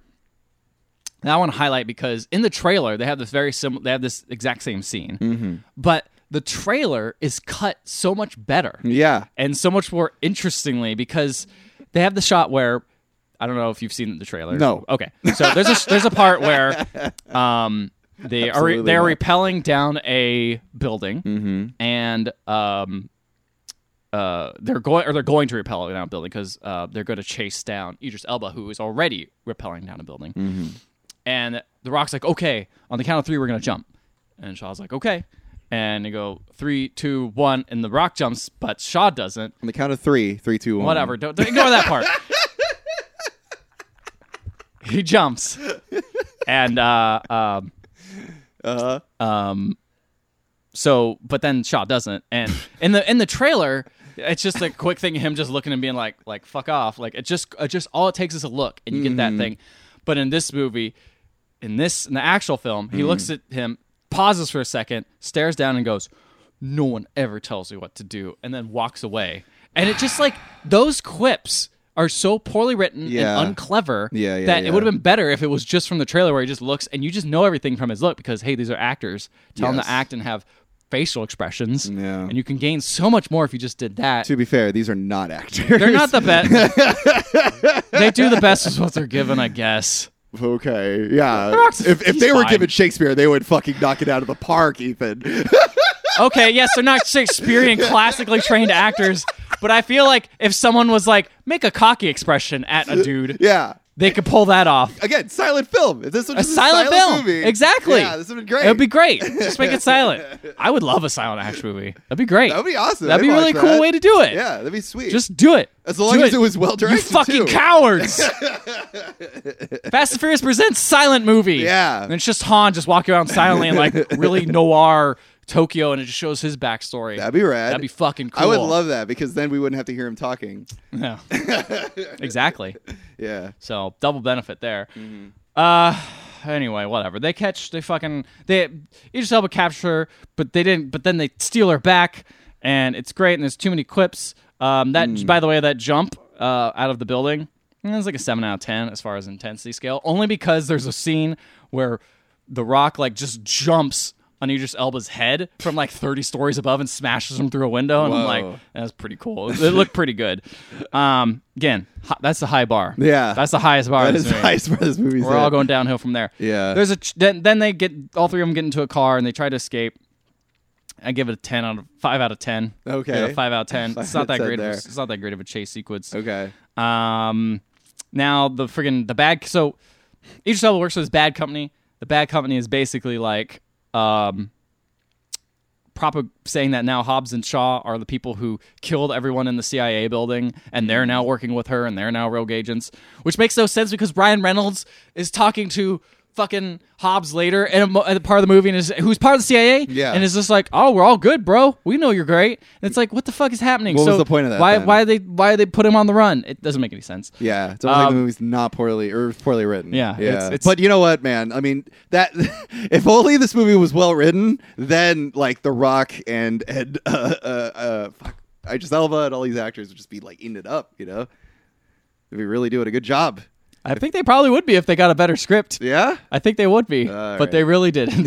Speaker 1: that I want to highlight because in the trailer they have this very similar, they have this exact same scene,
Speaker 2: Mm-hmm.
Speaker 1: but the trailer is cut so much better
Speaker 2: yeah,
Speaker 1: and so much more interestingly because they have the shot where I don't know if you've seen the trailer.
Speaker 2: No.
Speaker 1: Okay. So there's a there's a part where um they are
Speaker 2: Absolutely
Speaker 1: they're
Speaker 2: not. Mm-hmm.
Speaker 1: repelling down a building and um uh they're going or they're going to repel down a building because uh they're going to chase down Idris Elba who is already repelling down a building.
Speaker 2: Mm-hmm.
Speaker 1: And the rock's like, okay, on the count of three, we're gonna jump. And Shaw's like, okay. And they go three, two, one, and the rock jumps, but Shaw doesn't.
Speaker 2: on the count of three, three, two, one.
Speaker 1: Whatever. Don't, don't ignore that part. he jumps, and uh, um,
Speaker 2: Uh-huh.
Speaker 1: so, but then Shaw doesn't. And in the in the trailer, it's just a quick thing of him just looking and being like, like fuck off. Like it just it just all it takes is a look, and you get
Speaker 2: Mm-hmm.
Speaker 1: that thing. But in this movie, in this in the actual film,
Speaker 2: Mm-hmm.
Speaker 1: he looks at him, pauses for a second, stares down, and goes, "No one ever tells me what to do," and then walks away. And it just like those quips are so poorly written
Speaker 2: Yeah.
Speaker 1: and unclever
Speaker 2: Yeah, yeah,
Speaker 1: that
Speaker 2: yeah.
Speaker 1: it would have been better if it was just from the trailer where he just looks and you just know everything from his look because hey, these are actors. Tell them
Speaker 2: Yes.
Speaker 1: to act and have facial expressions.
Speaker 2: Yeah.
Speaker 1: And you can gain so much more if you just did that.
Speaker 2: To be fair, these are not actors.
Speaker 1: They're not the best. they do the best with what they're given, I guess.
Speaker 2: okay, yeah.
Speaker 1: Rock's-
Speaker 2: If, if
Speaker 1: he's
Speaker 2: they were
Speaker 1: fine.
Speaker 2: given Shakespeare, they would fucking knock it out of the park, Ethan.
Speaker 1: Okay, yes, they're not Shakespearean classically trained actors, but I feel like if someone was like, make a cocky expression at a dude,
Speaker 2: yeah.
Speaker 1: they could pull that off.
Speaker 2: Again, silent film. If this was
Speaker 1: A
Speaker 2: just
Speaker 1: silent, film.
Speaker 2: movie,
Speaker 1: Exactly.
Speaker 2: Yeah, this would be great.
Speaker 1: It would be great. Just make it silent. I would love a silent action movie. That'd be great.
Speaker 2: That would be awesome.
Speaker 1: That'd
Speaker 2: I'd
Speaker 1: be a really
Speaker 2: watch
Speaker 1: cool
Speaker 2: that.
Speaker 1: way to do it.
Speaker 2: Yeah, that'd be sweet.
Speaker 1: Just do it.
Speaker 2: as long
Speaker 1: Do
Speaker 2: as it, was well
Speaker 1: You
Speaker 2: directed.
Speaker 1: fucking
Speaker 2: too.
Speaker 1: cowards! Fast and Furious presents silent movie.
Speaker 2: Yeah.
Speaker 1: and it's just Han just walking around silently in like really noir Tokyo, and it just shows his backstory.
Speaker 2: That'd be rad.
Speaker 1: That'd be fucking cool.
Speaker 2: I would love that because then we wouldn't have to hear him talking.
Speaker 1: Yeah. exactly.
Speaker 2: Yeah.
Speaker 1: So double benefit there.
Speaker 2: Mm-hmm.
Speaker 1: Uh, anyway, whatever. They catch. They fucking. They Idris Elba capture, her, but they didn't. But then they steal her back, and it's great. And there's too many clips. Um, that
Speaker 2: Mm.
Speaker 1: by the way, that jump uh, out of the building. eh, It's like a seven out of ten as far as intensity scale, only because there's a scene where the Rock like just jumps on Idris Elba's head from like 30 stories above and smashes him through a window. And I'm
Speaker 2: Whoa.
Speaker 1: like, that's pretty cool. It looked pretty good. Um, again, hi- that's the high bar.
Speaker 2: Yeah.
Speaker 1: that's the highest bar. in
Speaker 2: That
Speaker 1: this
Speaker 2: is
Speaker 1: movie.
Speaker 2: nice where this movie's
Speaker 1: We're all
Speaker 2: at.
Speaker 1: going downhill from there.
Speaker 2: Yeah.
Speaker 1: There's a ch- then, then they get all three of them get into a car and they try to escape. I give it a ten out of five out of ten.
Speaker 2: Okay.
Speaker 1: Give it a five out of ten.
Speaker 2: Five
Speaker 1: it's not
Speaker 2: out of
Speaker 1: that
Speaker 2: 10
Speaker 1: great. Of a,
Speaker 2: there.
Speaker 1: it's not that great of a chase sequence.
Speaker 2: Okay.
Speaker 1: Um, now the friggin' the bad. So Idris Elba works for this bad company. The bad company is basically like um, propag- saying that now Hobbs and Shaw are the people who killed everyone in the CIA building, and they're now working with her, and they're now rogue agents, which makes no sense because Ryan Reynolds is talking to fucking Hobbs later in a, mo- in a part of the movie, and is who's part of the CIA,
Speaker 2: Yeah.
Speaker 1: and is just like, oh, we're all good, bro. We know you're great. And it's like, what the fuck is happening?
Speaker 2: What was
Speaker 1: so
Speaker 2: the point of that,
Speaker 1: Why
Speaker 2: then?
Speaker 1: why they why they put him on the run? It doesn't make any sense.
Speaker 2: Yeah, it's almost like
Speaker 1: Um,
Speaker 2: the movie's not poorly or poorly written.
Speaker 1: Yeah,
Speaker 2: yeah.
Speaker 1: it's- it's-
Speaker 2: but you know what, man? I mean, that if only this movie was well written, then like The Rock and and uh, uh, uh, fuck, Idris Elba and all these actors would just be like eating it up. You know, if we really doing a good job.
Speaker 1: I think they probably would be if they got a better script.
Speaker 2: Yeah.
Speaker 1: I think they would be,
Speaker 2: All
Speaker 1: but
Speaker 2: right.
Speaker 1: they really didn't.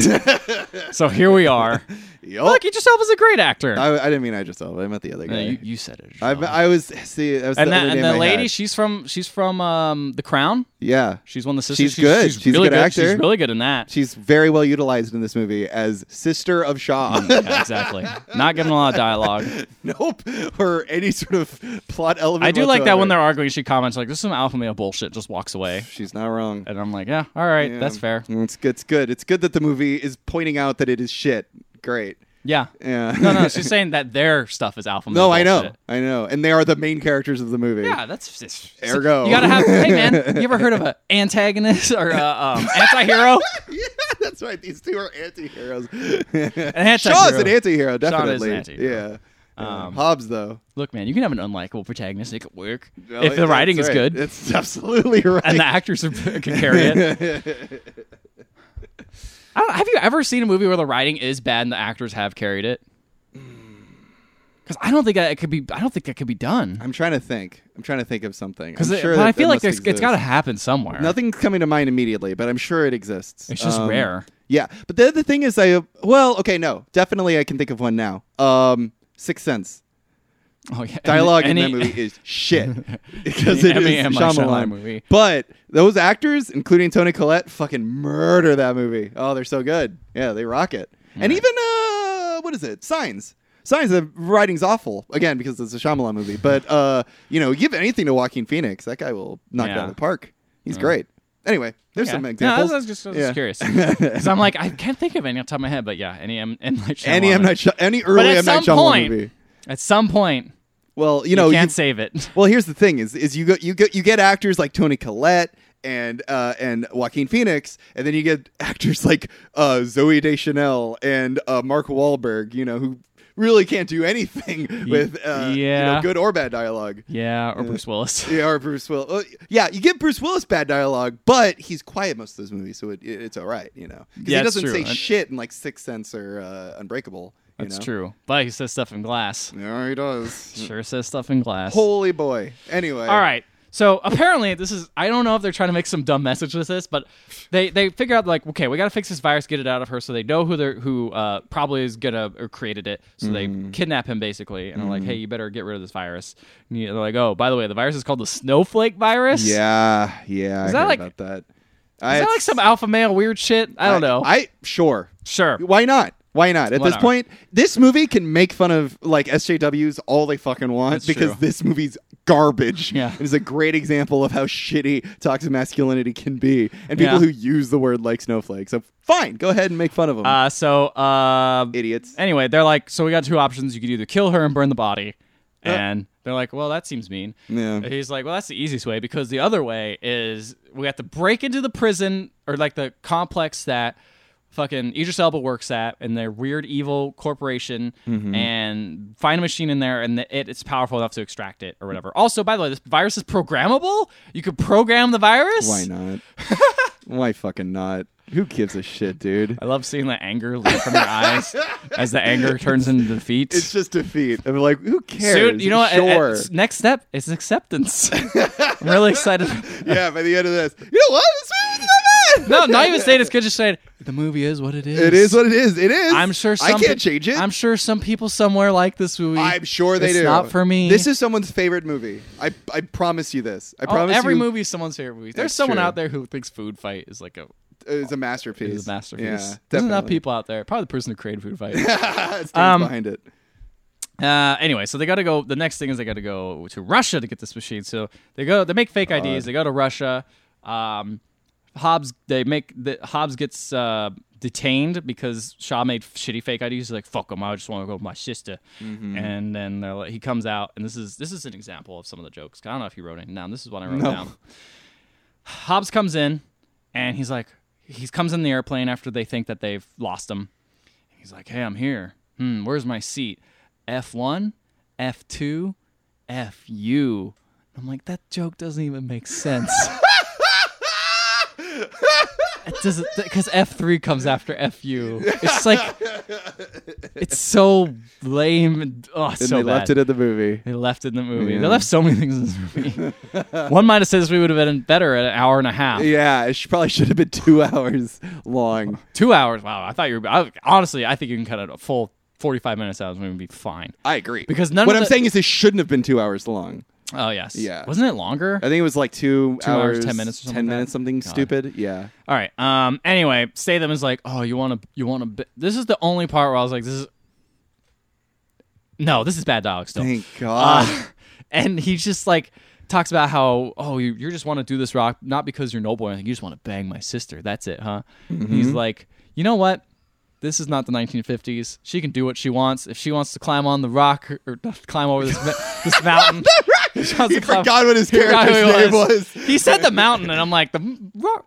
Speaker 1: so here we are.
Speaker 2: Yup.
Speaker 1: Look, you yourself is a great actor.
Speaker 2: I, I didn't mean Idris Elba. I meant the other
Speaker 1: No,
Speaker 2: guy.
Speaker 1: you, you said it.
Speaker 2: I,
Speaker 1: yourself.
Speaker 2: I was see. That was
Speaker 1: and
Speaker 2: the,
Speaker 1: that,
Speaker 2: other
Speaker 1: and
Speaker 2: name
Speaker 1: the
Speaker 2: I
Speaker 1: lady,
Speaker 2: had.
Speaker 1: she's from she's from um, The Crown.
Speaker 2: yeah,
Speaker 1: She's one of the sisters.
Speaker 2: She's good. She's a
Speaker 1: really
Speaker 2: good actor.
Speaker 1: She's really good in that.
Speaker 2: she's very well utilized in this movie as sister of Shaw.
Speaker 1: yeah, exactly. Not giving a lot of dialogue.
Speaker 2: Nope, or any sort of plot element.
Speaker 1: I do like that when
Speaker 2: whatsoever.
Speaker 1: they're arguing. She comments like, "This is some alpha male bullshit." Just walks away,
Speaker 2: She's not wrong.
Speaker 1: and I'm like, "Yeah, all right,
Speaker 2: Yeah.
Speaker 1: Uh, that's fair."
Speaker 2: It's good. It's good. It's good that the movie is pointing out that it is shit. Great.
Speaker 1: Yeah.
Speaker 2: Yeah.
Speaker 1: No, no, she's saying that their stuff is alpha male.
Speaker 2: No, I know.
Speaker 1: bullshit.
Speaker 2: I know. And they are the main characters of the movie.
Speaker 1: Yeah, that's just
Speaker 2: Ergo.
Speaker 1: You gotta have. hey, man, you ever heard of an antagonist or a um, anti-hero?
Speaker 2: Yeah, that's right. These two are anti-heroes.
Speaker 1: An anti-hero.
Speaker 2: Shaw's an anti-hero, definitely.
Speaker 1: anti-hero.
Speaker 2: Yeah. Um, Hobbs though.
Speaker 1: Look, man, you can have an unlikable protagonist. It could work
Speaker 2: Well,
Speaker 1: if the
Speaker 2: that's
Speaker 1: writing is
Speaker 2: right.
Speaker 1: good
Speaker 2: It's absolutely right.
Speaker 1: and the actors are, can carry it. I don't, have you ever seen a movie where the writing is bad and the actors have carried it?
Speaker 2: Hmm.
Speaker 1: Because I don't think that it could be. I don't think that could be done.
Speaker 2: I'm trying to think. I'm trying to think of something.
Speaker 1: Because
Speaker 2: I'm sure
Speaker 1: I
Speaker 2: that
Speaker 1: feel like
Speaker 2: that must
Speaker 1: there's, it's
Speaker 2: exist.
Speaker 1: got to happen somewhere.
Speaker 2: Nothing's coming to mind immediately, but I'm sure it exists. Um,
Speaker 1: It's just rare.
Speaker 2: Yeah, but the other thing is, I well, okay, no, definitely I can think of one now. Um, Sixth Sense
Speaker 1: Oh, yeah.
Speaker 2: dialogue
Speaker 1: Any-
Speaker 2: in that
Speaker 1: any-
Speaker 2: movie is shit because it is
Speaker 1: Any M. Night
Speaker 2: Shyamalan.
Speaker 1: Shyamalan movie.
Speaker 2: But those actors, including Tony Collette, fucking murder that movie. Oh, they're so good. Yeah, they rock it. And even uh, what is it? Signs. Signs. The writing's awful again because it's a Shyamalan movie. But uh, you know, give anything to Joaquin Phoenix, that guy will knock it
Speaker 1: Yeah.
Speaker 2: out of the park. He's great. Anyway, there's
Speaker 1: Yeah.
Speaker 2: some
Speaker 1: No,
Speaker 2: examples.
Speaker 1: I was just, I was
Speaker 2: Yeah.
Speaker 1: just curious because I'm like I can't think of any off the top of my head, but yeah, any M, M Night Shyamalan.
Speaker 2: Any M Night Shy- any
Speaker 1: But
Speaker 2: early
Speaker 1: at
Speaker 2: M Night
Speaker 1: some
Speaker 2: Shyamalan
Speaker 1: point,
Speaker 2: movie.
Speaker 1: at some point,
Speaker 2: Well, you
Speaker 1: you,
Speaker 2: know, you-
Speaker 1: can't save it.
Speaker 2: Well, here's the thing: is is you go you get you get actors like Tony Collette and uh, and Joaquin Phoenix, and then you get actors like uh, Zoe Deschanel and uh, Mark Wahlberg. You know who really can't do anything with uh, you know,
Speaker 1: yeah.
Speaker 2: good or bad dialogue.
Speaker 1: Yeah, or Bruce Willis.
Speaker 2: Yeah, or Bruce Willis. Uh, yeah, you give Bruce Willis bad dialogue, but he's quiet most of those movies, so it, it- it's all right. You know, 'Cause
Speaker 1: Yeah,
Speaker 2: he
Speaker 1: it's
Speaker 2: doesn't
Speaker 1: true.
Speaker 2: say
Speaker 1: I-
Speaker 2: shit in like Sixth Sense or uh, Unbreakable. You
Speaker 1: That's
Speaker 2: know? Mm-hmm.
Speaker 1: true. But he says stuff in glass.
Speaker 2: Yeah, he does.
Speaker 1: Sure says stuff in glass.
Speaker 2: Holy boy. Anyway.
Speaker 1: All right. So apparently this is I don't know if they're trying to make some dumb message with this, but they they figure out like okay we got to fix this virus, get it out of her, so they know who they're who uh, probably is gonna or created it, so
Speaker 2: Mm-hmm.
Speaker 1: they kidnap him basically, and are like hey you better get rid of this virus. And you- they're like oh by the way the virus is called the snowflake virus.
Speaker 2: Yeah, yeah. I
Speaker 1: that
Speaker 2: heard
Speaker 1: like-
Speaker 2: about that? Is
Speaker 1: Is that like some alpha male weird shit? I don't know.
Speaker 2: I sure.
Speaker 1: sure.
Speaker 2: Why not? Why not? At
Speaker 1: Why
Speaker 2: this
Speaker 1: not?
Speaker 2: point, this movie can make fun of like SJWs all they fucking want
Speaker 1: That's
Speaker 2: because
Speaker 1: true.
Speaker 2: this movie's garbage.
Speaker 1: Yeah.
Speaker 2: It is a great example of how shitty toxic masculinity can be and people
Speaker 1: Yeah.
Speaker 2: who use the word like snowflake. So fine, go ahead and make fun of them.
Speaker 1: Uh, so uh,
Speaker 2: Idiots.
Speaker 1: Anyway, they're like, so we got two options. You could either kill her and burn the body, and they're like, well, that seems mean.
Speaker 2: Uh. Yeah.
Speaker 1: And He's like, well, that's the easiest way because the other way is we have to break into the prison or like the complex that fucking Idris Elba works at and their weird evil corporation
Speaker 2: Mm-hmm.
Speaker 1: and find a machine in there and it, it's powerful enough to extract it or whatever. Also, by the way, this virus is programmable. You could program the virus.
Speaker 2: Why not? Why fucking not? Who gives a shit, dude?
Speaker 1: I love seeing the anger leave from your eyes as the anger turns into defeat.
Speaker 2: It's just defeat. I'm like, who cares?
Speaker 1: Soon, you know what? Sure.
Speaker 2: Sure.
Speaker 1: next step is acceptance. I'm really excited.
Speaker 2: yeah, by the end of this, you know what? This movie's again.
Speaker 1: No, not even saying it's good. Just saying the movie is what it is.
Speaker 2: It is what it is. It is.
Speaker 1: I'm sure. Some
Speaker 2: I can't
Speaker 1: pe-
Speaker 2: change it.
Speaker 1: I'm sure some people somewhere like this movie.
Speaker 2: I'm sure they
Speaker 1: it's
Speaker 2: do.
Speaker 1: Not for me.
Speaker 2: This is someone's favorite movie. I I promise you this. I
Speaker 1: Oh,
Speaker 2: promise
Speaker 1: every
Speaker 2: you
Speaker 1: movie is someone's favorite movie. There's
Speaker 2: That's
Speaker 1: someone
Speaker 2: true.
Speaker 1: out there who thinks Food Fight is like a
Speaker 2: is a masterpiece.
Speaker 1: is a masterpiece.
Speaker 2: Yeah,
Speaker 1: There's
Speaker 2: definitely.
Speaker 1: enough people out there. Probably the person who created Food Fight.
Speaker 2: Stands
Speaker 1: Um,
Speaker 2: behind it.
Speaker 1: Uh, anyway, so they got to go. The next thing is they got to go to Russia to get this machine. So they go. They make fake IDs. They go to Russia. Um, Hobbs. They make the Hobbs gets uh, detained because Shaw made shitty fake IDs. He's like, "Fuck him! I just want to go with my sister." And then they're like, he comes out, and this is this is an example of some of the jokes. I don't know if you wrote it down. This is what I wrote
Speaker 2: No.
Speaker 1: down. Hobbs comes in, and he's like, he comes in the airplane after they think that they've lost him. He's like, hey, I'm here. Hmm, where's my seat? F1, F2, FU. I'm like, that joke doesn't even make sense. it doesn't, because F3 comes after FU. It's like, it's so lame. And, oh, it's
Speaker 2: And
Speaker 1: so
Speaker 2: they
Speaker 1: bad.
Speaker 2: left it at the movie.
Speaker 1: They left it in the movie.
Speaker 2: Yeah.
Speaker 1: They left so many things in this movie. One might have said this movie would have been better at an hour and a half.
Speaker 2: Yeah, it should, probably should have been two hours long.
Speaker 1: Two hours. Wow. I thought you were. I, honestly, I think you can cut it a full 45 minutes out of this movie and be fine.
Speaker 2: I agree.
Speaker 1: Because none
Speaker 2: what
Speaker 1: of
Speaker 2: I'm
Speaker 1: the-
Speaker 2: saying is it shouldn't have been two hours long.
Speaker 1: Oh, yes.
Speaker 2: Yeah. Uh,
Speaker 1: Wasn't it longer?
Speaker 2: I think it was like two,
Speaker 1: hours, 10 minutes or something
Speaker 2: ten
Speaker 1: like that?
Speaker 2: minutes, something stupid. Yeah.
Speaker 1: All right. Um. Anyway, Statham is like, oh, you want to, you want to. Bi-. This is the only part where I was like, this is. No, this is bad dialogue still.
Speaker 2: Thank God.
Speaker 1: Ah. Uh, and he just like talks about how oh you, you just want to do this rock not because you're noble or anything you just want to bang my sister that's it huh And
Speaker 2: Mm-hmm.
Speaker 1: he's like you know what this is not the 1950s she can do what she wants if she wants to climb on the rock or, or climb over this, ma- this mountain she wants
Speaker 2: he
Speaker 1: to climb-
Speaker 2: forgot what his
Speaker 1: He forgot
Speaker 2: character's
Speaker 1: who he
Speaker 2: name was.
Speaker 1: he said the mountain and i'm like the m- rock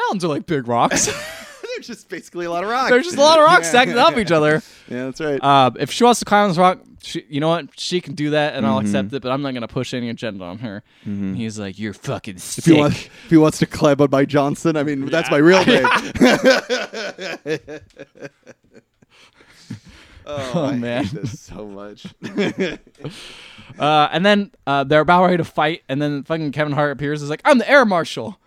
Speaker 1: mountains are like big rocks
Speaker 2: There's just basically a lot of rocks.
Speaker 1: there's just a lot of rocks stacked up each other
Speaker 2: Yeah, that's right.
Speaker 1: uh, if she wants to climb this rock, she, you know what? She can do that, and I'll
Speaker 2: Mm-hmm.
Speaker 1: accept it. But I'm not gonna push any agenda on her. And He's like, "You're fucking sick."
Speaker 2: if, he wants, if he wants to climb on my Johnson, I mean, that's my real name.
Speaker 1: Oh,
Speaker 2: I
Speaker 1: man.
Speaker 2: hate this so much.
Speaker 1: Uh, and then uh, they're about ready to fight, and then fucking Kevin Hart appears. Is like, "I'm the air marshal.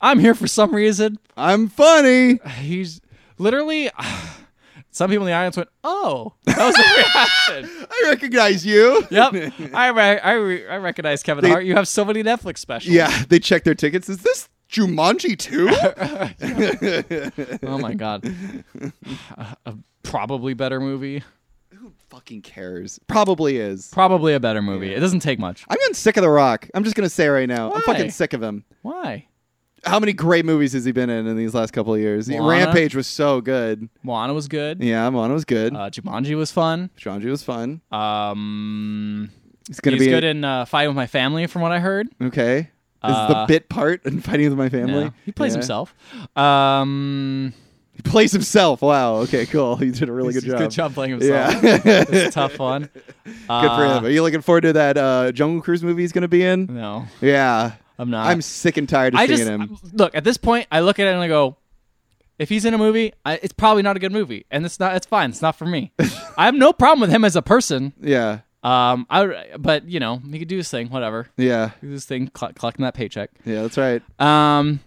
Speaker 1: I'm here for some reason."
Speaker 2: I'm funny.
Speaker 1: He's literally. some people in the audience went, "Oh, that was the reaction."
Speaker 2: I recognize you.
Speaker 1: yep, I re- I, re- I recognize Kevin
Speaker 2: They-
Speaker 1: Hart. You have so many Netflix specials.
Speaker 2: Yeah, they check their tickets. Is this Jumanji too?
Speaker 1: Oh my god. a probably better movie.
Speaker 2: Who fucking cares? Probably is.
Speaker 1: Probably a better movie. It doesn't take much.
Speaker 2: I'm getting sick of The Rock. I'm just gonna say right now, I'm
Speaker 1: Why?
Speaker 2: fucking sick of him.
Speaker 1: Why?
Speaker 2: How many great movies has he been in in these last couple of years?
Speaker 1: Moana?
Speaker 2: Rampage was so good.
Speaker 1: Moana was good.
Speaker 2: Yeah, Moana was good.
Speaker 1: Uh, Jumanji was fun.
Speaker 2: Jumanji was fun.
Speaker 1: Um,
Speaker 2: It's gonna
Speaker 1: he's
Speaker 2: be
Speaker 1: good in uh, Fight with My Family, from what I heard.
Speaker 2: okay. Is the
Speaker 1: Uh,
Speaker 2: bit part in fighting with my family?
Speaker 1: Yeah. He plays
Speaker 2: Yeah.
Speaker 1: himself. Um,
Speaker 2: He plays himself. Wow. Okay. Cool. He did a really
Speaker 1: he's-
Speaker 2: good job.
Speaker 1: good job playing himself.
Speaker 2: Yeah. good
Speaker 1: it's a tough one.
Speaker 2: for him. Are you looking forward to that uh, Jungle Cruise movie he's gonna be in?
Speaker 1: No,
Speaker 2: Yeah.
Speaker 1: I'm not.
Speaker 2: I'm sick and tired of
Speaker 1: I
Speaker 2: seeing
Speaker 1: just
Speaker 2: him.
Speaker 1: look at this point. I look at it and I go, if he's in a movie, I, it's probably not a good movie, and it's not. It's fine. It's not for me. I have no problem with him as a person.
Speaker 2: Yeah.
Speaker 1: Um, I but you know he could do his thing, whatever.
Speaker 2: Yeah.
Speaker 1: Do his thing, cl- collecting that paycheck.
Speaker 2: Yeah. That's right.
Speaker 1: Um,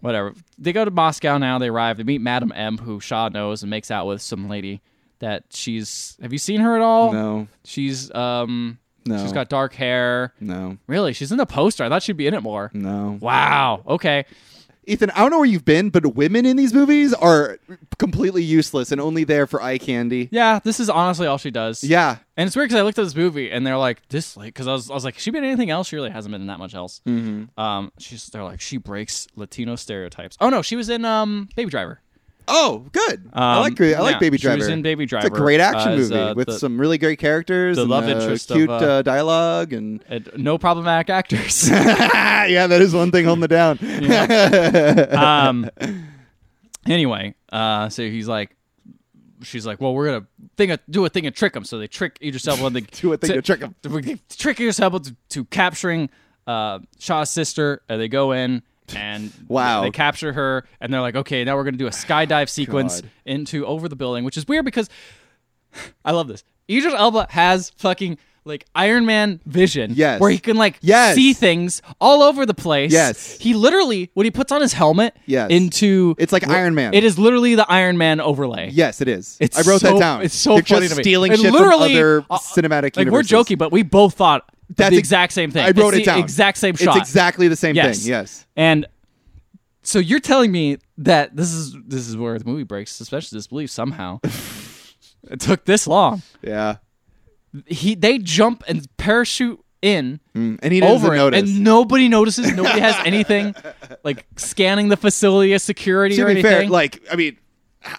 Speaker 1: whatever. They go to Moscow now. They arrive. They meet Madame M, who Shaw knows and makes out with some lady that she's. Have you seen her at all?
Speaker 2: No.
Speaker 1: She's um.
Speaker 2: No.
Speaker 1: She's got dark hair.
Speaker 2: No.
Speaker 1: Really, she's in the poster. I thought she'd be in it more.
Speaker 2: No.
Speaker 1: Wow. Okay.
Speaker 2: Ethan, I don't know where you've been, but women in these movies are completely useless and only there for eye candy.
Speaker 1: Yeah, this is honestly all she does.
Speaker 2: Yeah.
Speaker 1: And it's weird because I looked at this movie and they're like, this, like, because I was, I was like, has she been in anything else? She really hasn't been in that much else. Mm-hmm. Um, she's, they're like, she breaks Latino stereotypes. Oh no, she was in um Baby Driver.
Speaker 2: Oh, good. I
Speaker 1: Um,
Speaker 2: like I like
Speaker 1: yeah,
Speaker 2: Baby
Speaker 1: she was
Speaker 2: Driver.
Speaker 1: in Baby
Speaker 2: It's a
Speaker 1: Driver
Speaker 2: great action
Speaker 1: as,
Speaker 2: movie
Speaker 1: uh,
Speaker 2: with
Speaker 1: the-
Speaker 2: some really great characters,
Speaker 1: the
Speaker 2: and,
Speaker 1: love
Speaker 2: uh,
Speaker 1: interest of,
Speaker 2: cute
Speaker 1: uh,
Speaker 2: uh, dialogue, and
Speaker 1: And no problematic actors.
Speaker 2: yeah, that is one thing holding it down.
Speaker 1: um anyway uh so he's like she's like well we're gonna thing a, do a thing and trick him so they trick Idris Elba and they
Speaker 2: Do a thing to trick him.
Speaker 1: to- trick Idris Elba to, to capturing uh Shaw's sister and they go in and
Speaker 2: Wow.
Speaker 1: they capture her and they're like okay now we're gonna do a skydive sequence
Speaker 2: God.
Speaker 1: into over the building which is weird because I love this Idris Elba has fucking like Iron Man vision.
Speaker 2: Yes.
Speaker 1: Where he can like
Speaker 2: Yes.
Speaker 1: see things all over the place.
Speaker 2: Yes.
Speaker 1: He literally when he puts on his helmet
Speaker 2: Yes.
Speaker 1: into
Speaker 2: It's like Iron Man.
Speaker 1: It is literally the Iron Man overlay.
Speaker 2: Yes, it is.
Speaker 1: It's
Speaker 2: I wrote
Speaker 1: so-
Speaker 2: that down.
Speaker 1: It's so
Speaker 2: They're
Speaker 1: funny
Speaker 2: just
Speaker 1: to me.
Speaker 2: stealing
Speaker 1: And
Speaker 2: shit from
Speaker 1: literally,
Speaker 2: other
Speaker 1: uh,
Speaker 2: cinematic
Speaker 1: Like
Speaker 2: universes.
Speaker 1: we're joking, but we both thought
Speaker 2: That's
Speaker 1: the
Speaker 2: ex-
Speaker 1: exact same thing.
Speaker 2: I wrote
Speaker 1: It's
Speaker 2: it down.
Speaker 1: The exact same
Speaker 2: It's
Speaker 1: shot.
Speaker 2: exactly the same thing. Yes.
Speaker 1: And so you're telling me that this is this is where the movie breaks suspension of disbelief somehow. it took this long.
Speaker 2: Yeah.
Speaker 1: He they jump and parachute in
Speaker 2: Mm. And he doesn't
Speaker 1: over it,
Speaker 2: notice.
Speaker 1: and nobody notices. Nobody has anything like scanning the facility as security
Speaker 2: to
Speaker 1: or
Speaker 2: be
Speaker 1: anything.
Speaker 2: fair, like I mean,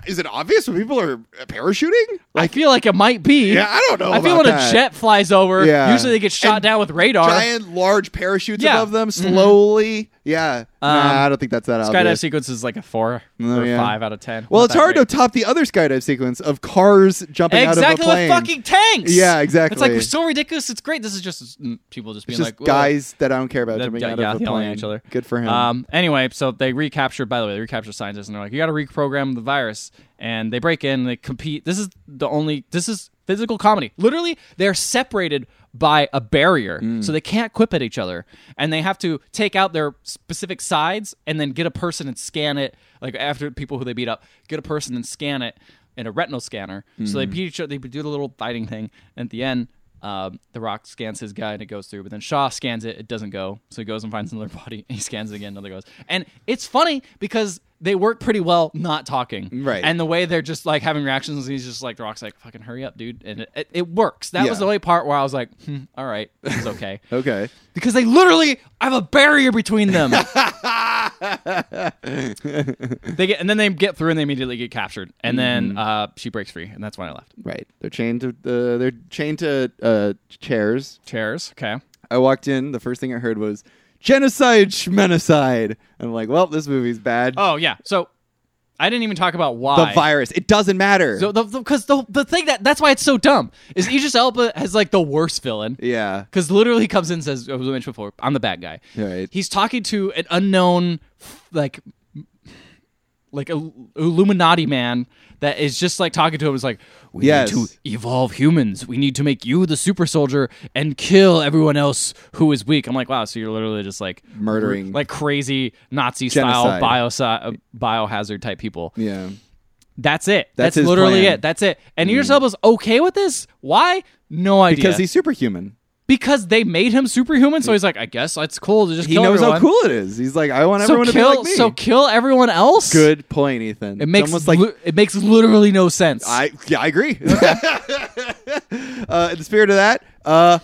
Speaker 2: is it obvious when people are uh, parachuting?
Speaker 1: I feel like it might be.
Speaker 2: Yeah, I don't know
Speaker 1: I feel
Speaker 2: about
Speaker 1: when
Speaker 2: that.
Speaker 1: a jet flies over,
Speaker 2: Yeah.
Speaker 1: usually they get shot
Speaker 2: And
Speaker 1: down with radar.
Speaker 2: Giant, large parachutes
Speaker 1: Yeah. Mm-hmm. Um,
Speaker 2: above them, slowly. Yeah. nah, I don't think that's that
Speaker 1: Skydive
Speaker 2: obvious.
Speaker 1: sequence is like a four
Speaker 2: Oh,
Speaker 1: or
Speaker 2: yeah.
Speaker 1: five out of ten.
Speaker 2: well,
Speaker 1: Not
Speaker 2: it's
Speaker 1: that
Speaker 2: hard
Speaker 1: great.
Speaker 2: to top the other skydive sequence of cars jumping out of a
Speaker 1: exactly
Speaker 2: plane.
Speaker 1: with fucking tanks.
Speaker 2: Yeah,
Speaker 1: It's like
Speaker 2: exactly.
Speaker 1: so ridiculous. It's great. This is just mm, people just being
Speaker 2: It's just
Speaker 1: like "Whoa."
Speaker 2: guys that I don't care about
Speaker 1: That-
Speaker 2: uh, jumping
Speaker 1: yeah,
Speaker 2: out
Speaker 1: yeah,
Speaker 2: of a
Speaker 1: yelling
Speaker 2: plane.
Speaker 1: at each other.
Speaker 2: Good for him.
Speaker 1: Um, anyway, so they recapture. By the way, they recapture scientists, and they're like, "You got to reprogram the virus." And they break in. They compete. This is the only. This is physical comedy. Literally, they're separated by a barrier,
Speaker 2: Mm.
Speaker 1: so they can't quip at each other, and they have to take out their specific sides, and then get a person and scan it. Like after people who they beat up, get a person and scan it in a retinal scanner. So they
Speaker 2: Mm.
Speaker 1: beat each other. They do the little fighting thing and at the end. Um, the Rock scans his guy and it goes through, but then Shaw scans it. It doesn't go, so he goes and finds another body. And he scans it again, another goes. And it's funny because they work pretty well not talking,
Speaker 2: Right.
Speaker 1: And the way they're just like having reactions, he's just like the Rock's like, "Fucking hurry up, dude!" And it, it, it works. That was
Speaker 2: Yeah.
Speaker 1: the only part where I was like, hmm, "All right, this is okay,"
Speaker 2: okay.
Speaker 1: because they literally have a barrier between them. they get and then they get through and they immediately get captured, and
Speaker 2: Mm-hmm.
Speaker 1: then uh, she breaks free, and that's when I left.
Speaker 2: Right. They're chained to uh, they're chained to uh, chairs.
Speaker 1: Chairs, okay.
Speaker 2: I walked in. The first thing I heard was genocide, schmenocide. I'm like, well, this movie's bad.
Speaker 1: Oh yeah. So I didn't even talk about
Speaker 2: the
Speaker 1: why.
Speaker 2: virus. It doesn't matter.
Speaker 1: So the because the, the thing that that's why it's so dumb is Idris Elba has like the worst villain.
Speaker 2: yeah.
Speaker 1: Because literally he comes in and says, I was mentioned before, I'm the bad guy.
Speaker 2: Right.
Speaker 1: He's talking to an unknown, like, like a Illuminati man that is just like talking to him. Is like, we
Speaker 2: Yes.
Speaker 1: need to evolve humans. We need to make you the super soldier and kill everyone else who is weak. I'm like, wow. So you're literally just like
Speaker 2: Murdering.
Speaker 1: like crazy Nazi
Speaker 2: Genocide.
Speaker 1: style bio biohazard type people.
Speaker 2: Yeah.
Speaker 1: That's it. That's,
Speaker 2: That's his
Speaker 1: literally
Speaker 2: plan. Mm.
Speaker 1: it. That's it. And Idris Elba's okay with this? Why? No idea.
Speaker 2: Because he's superhuman.
Speaker 1: because they made him superhuman, so he's like, I guess that's cool to just
Speaker 2: He
Speaker 1: kill
Speaker 2: knows
Speaker 1: everyone.
Speaker 2: how cool it is. He's like, I want
Speaker 1: so
Speaker 2: everyone
Speaker 1: kill,
Speaker 2: to be like me.
Speaker 1: so kill everyone else.
Speaker 2: Good point, Ethan.
Speaker 1: It makes
Speaker 2: it's almost like
Speaker 1: li- it makes literally no sense.
Speaker 2: I yeah, I agree. uh, in the spirit of that, uh,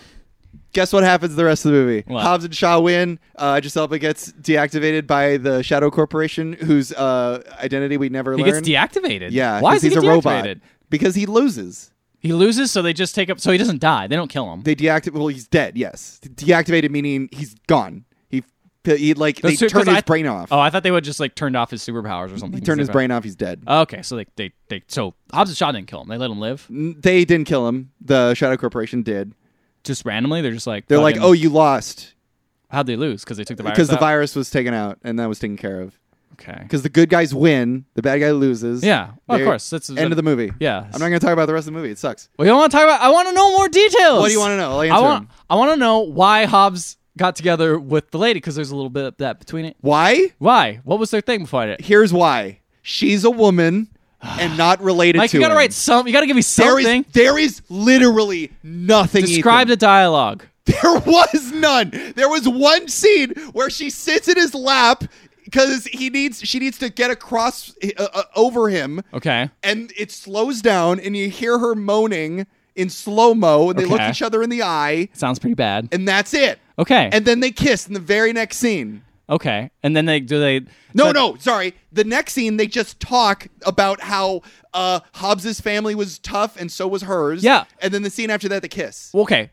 Speaker 2: guess what happens the rest of the movie?
Speaker 1: What?
Speaker 2: Hobbs and Shaw win. Uh, Giselba gets deactivated by the Shadow Corporation, whose uh, identity we never
Speaker 1: he
Speaker 2: learn.
Speaker 1: gets deactivated.
Speaker 2: yeah,
Speaker 1: Why
Speaker 2: 'cause
Speaker 1: is he
Speaker 2: he's
Speaker 1: get
Speaker 2: a robot?
Speaker 1: deactivated?
Speaker 2: Because he loses.
Speaker 1: He loses, so they just take up. So he doesn't die. They don't kill him.
Speaker 2: They deactivate. Well, he's dead. Yes, deactivated meaning he's gone. He he like
Speaker 1: That's
Speaker 2: they
Speaker 1: true,
Speaker 2: turn
Speaker 1: 'cause
Speaker 2: his
Speaker 1: I-
Speaker 2: brain off.
Speaker 1: oh, I thought they would just like turned off his superpowers or something. "Oh,
Speaker 2: he turned his brain off. He's dead.
Speaker 1: Okay, so they they they so Hobbs and Shaw didn't kill him. They let him live
Speaker 2: N- They didn't kill him. The Shadow Corporation did.
Speaker 1: just randomly. They're just like
Speaker 2: They're like,
Speaker 1: fucking-
Speaker 2: "Oh, you lost
Speaker 1: how'd they lose? Because they took the virus.
Speaker 2: because the
Speaker 1: out?
Speaker 2: virus was taken out, and that was taken care of."
Speaker 1: Okay.
Speaker 2: because the good guys win, the bad guy loses.
Speaker 1: Yeah, of
Speaker 2: There-
Speaker 1: course. That's
Speaker 2: end of the movie.
Speaker 1: Yeah.
Speaker 2: I'm not going to talk about the rest of the movie. It sucks.
Speaker 1: Well, you don't want to talk about. I want to know more details.
Speaker 2: What do you want to know? I'll answer
Speaker 1: I want.
Speaker 2: them.
Speaker 1: I want to know why Hobbs got together with the lady because there's a little bit of that between it.
Speaker 2: Why?
Speaker 1: Why? What was their thing before it?
Speaker 2: Here's why. She's a woman and not related
Speaker 1: Like
Speaker 2: to
Speaker 1: you gotta
Speaker 2: him.
Speaker 1: write some. You gotta give me
Speaker 2: there is,
Speaker 1: something.
Speaker 2: there is literally nothing.
Speaker 1: Describe the
Speaker 2: Ethan.
Speaker 1: dialogue.
Speaker 2: There was none. There was one scene where she sits in his lap because he needs. She needs to get across uh, uh, over him.
Speaker 1: Okay.
Speaker 2: and it slows down and you hear her moaning in slow mo and they look
Speaker 1: Okay.
Speaker 2: each other in the eye
Speaker 1: Sounds pretty bad.
Speaker 2: and that's it
Speaker 1: Okay.
Speaker 2: and then they kiss in the very next scene
Speaker 1: okay. And then they do they.
Speaker 2: no
Speaker 1: so-
Speaker 2: no sorry the next scene they just talk about how uh hobbs's family was tough and so was hers
Speaker 1: Yeah.
Speaker 2: and then the scene after that the kiss
Speaker 1: Okay.